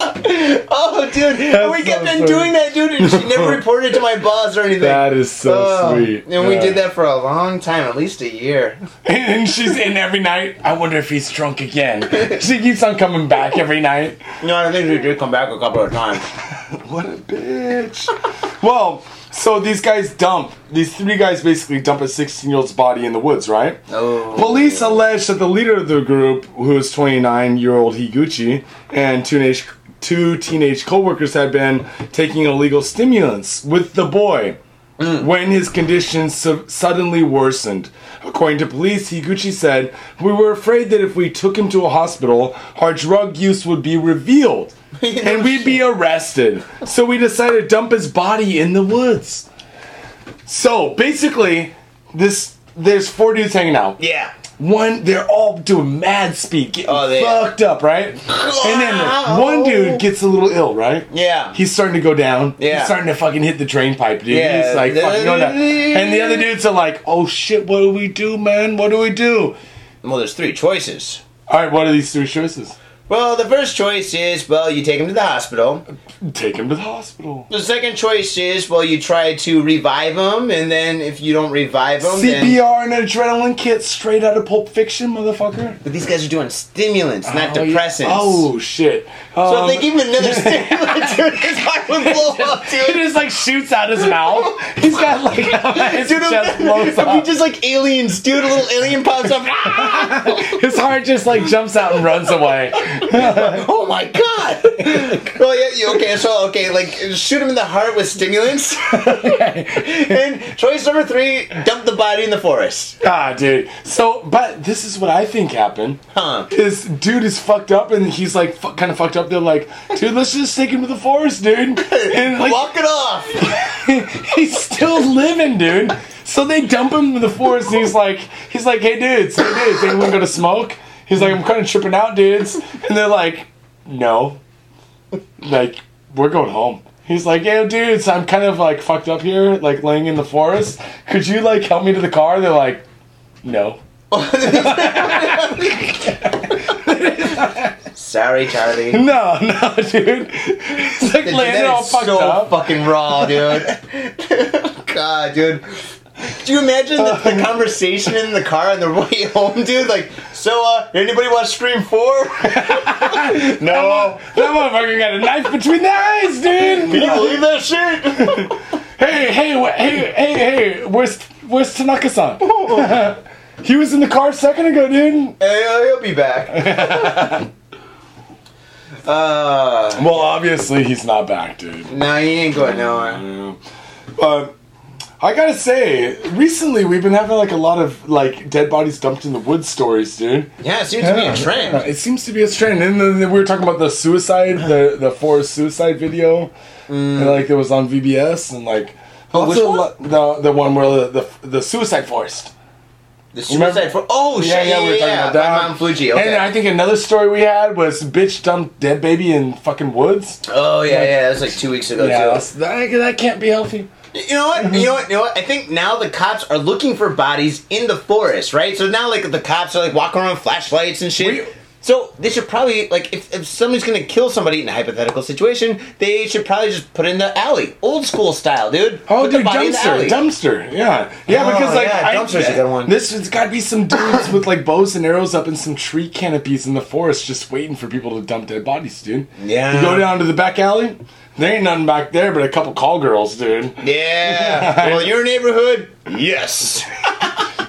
oh, dude! and we
That's
kept
so
on
funny.
doing that, dude, and she never reported to my boss or anything.
That is so
Oh,
sweet.
And we
Yeah.
did that for a long time, at least a year.
And she's in every night. I wonder if he's drunk again. She keeps on coming back every night.
No, I think we did come back a couple of times.
What a bitch. well, so these guys dump. These three guys basically dump a 16 year old's body in the woods, right?
Oh.
Police allege that the leader of the group, who is 29 year old Higuchi, and teenage, two teenage co workers had been taking illegal stimulants with the boy. When his condition su- suddenly worsened. According to police, Higuchi said, We were afraid that if we took him to a hospital, our drug use would be revealed and we'd be arrested. So we decided to dump his body in the woods. So basically, this there's four dudes hanging out.
Yeah.
One, they're all doing mad speed, getting
Oh, they-
fucked up, right? And then one dude gets a little ill, right?
Yeah.
He's starting to go down.
Yeah.
He's starting to fucking hit the drain pipe, dude.
Yeah.
He's like fucking going down. And the other dudes are like, oh shit, what do we do, man? What do we do?
Well, there's three choices.
All right, what are these three choices?
Well, the first choice is well, you take him to the hospital.
Take him to the hospital.
The second choice is well, you try to revive him, and then if you don't revive him, then
CPR and an adrenaline kit straight out of Pulp Fiction, motherfucker.
but these guys are doing stimulants, not
Oh, yeah.
depressants.
Oh shit!
so
Um,
if they give him another stimulant, dude, his heart would blow up,
He
dude.
just like shoots out his mouth. He's got like his
Dude, if
chest blows
we
up.
just like aliens, dude, a little alien pops up. Ah!
his heart just like jumps out and runs away.
Oh my god! well, yeah, you, okay, so okay, like shoot him in the heart with stimulants. and choice number three: dump the body in the forest.
ah, dude. So, but this is what I think happened.
Huh?
This dude is fucked up and he's like fu- kind of fucked up. They're like, dude, let's just take him to the forest, dude. And like,
Walk it off.
he's still living, dude. So they dump him in the forest, and he's like, he's like, hey dudes, hey dudes, anyone gonna smoke? He's like, I'm kind of tripping out, dudes. And they're like, no, like we're going home. He's like, yo, dudes, I'm kind of like fucked up here, like laying in the forest. Could you like help me to the car? They're like, no.
Sorry, Charlie.
No, no, dude. He's like
Dude,
laying
that
all
is
fucked
so
up.
fucking raw, dude. God, dude. Do you imagine the, the conversation in the car on the way home, dude? Like, so, uh, anybody watch Scream 4? Can
no, that motherfucker got a knife between the eyes, dude.
you believe that shit?
hey, hey, wh- hey, hey, hey, where's where's Tanaka-san? he was in the car a second ago, dude.
hey, uh, he'll be back. uh,
Well, obviously he's not back, dude.
no, he ain't going nowhere.
Uh, I gotta say, recently we've been having like a lot of like dead bodies dumped in the woods stories, dude.
Yeah, it seems to be a
Yeah,
trend.
It seems to be a trend. And then we were talking about the suicide, the the forest suicide video, and, like that was on VBS, and like lots
which
of
one?
lo- the the Mm. Oh, one where the the, the suicide forest.
The
Remember-
suicide for oh shit, yeah, yeah,
we were talking
yeah,
about that.
by Mount Fuji. Okay.
And I think another story we had was bitch dumped dead baby in fucking woods.
oh yeah, yeah, that was like two weeks ago
Yeah,
too.
that's- that, that can't be healthy.
You know what?
Mm-hmm.
You know what? You know what? I think now the cops are looking for bodies in the forest, right? So now, like, the cops are like walking around with flashlights and shit.
We-
so they should probably like if, if somebody's gonna kill somebody in a hypothetical situation, they should probably just put it in the alley, old school style, dude.
Oh,
Put the
dude,
body in the
dumpster,
alley.
dumpster, yeah, yeah,
Oh,
because like
yeah,
I,
dumpster's a good one.
This has got to be some dudes with like bows and arrows up in some tree canopies in the forest, just waiting for people to dump dead bodies, dude.
Yeah.
you go down to the back alley. There ain't nothing back there but a couple call girls, dude.
Yeah. well, your neighborhood, yes.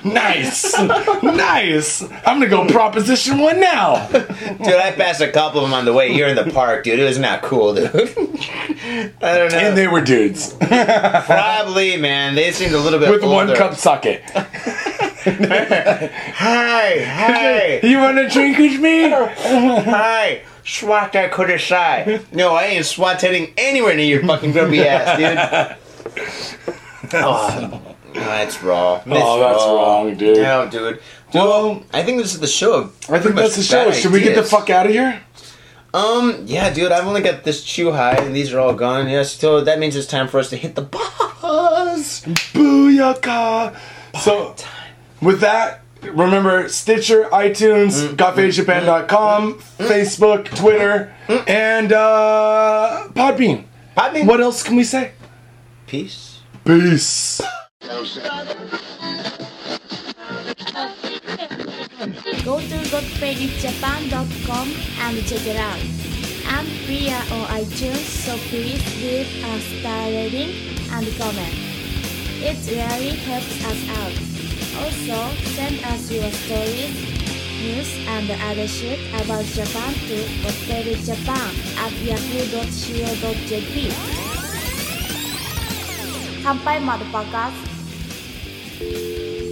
Nice, nice. I'm gonna go proposition one now.
Dude, I passed a couple of them on the way here in the park, dude. It was not cool, dude. I don't know.
And they were dudes
Probably, man. They seemed a little bit
with one
older.
cup sake.
Hey, hey.
You want to drink with me?
Hi, SWAT I could have shy. No, I ain't SWAT heading anywhere near your fucking grumpy ass, dude. oh, no, that's raw.
Oh, that's wrong, dude.
No, dude.
Well,
I think this is the show. of
I think
pretty
that's the
much
show.
bad
Should we get the
ideas.
fuck out of here?
Um, yeah, dude. I've only got this chew high, and these are all gone. Yeah, so that means it's time for us to hit the bus.
Booyaka! So, with that, remember Stitcher, iTunes, GotFadeJapan.com, Facebook, Twitter, and uh, Mm-hmm. Podbean.
Podbean.
What else can we say?
Peace.
Peace.
go to godpagejapan.com and check it out. And we are on iTunes, so please leave a star rating and comment. It really helps us out. Also, send us your stories, news, and other shit about Japan to godpagejapan at yahoo.co.jp. Kampai motherfuckers!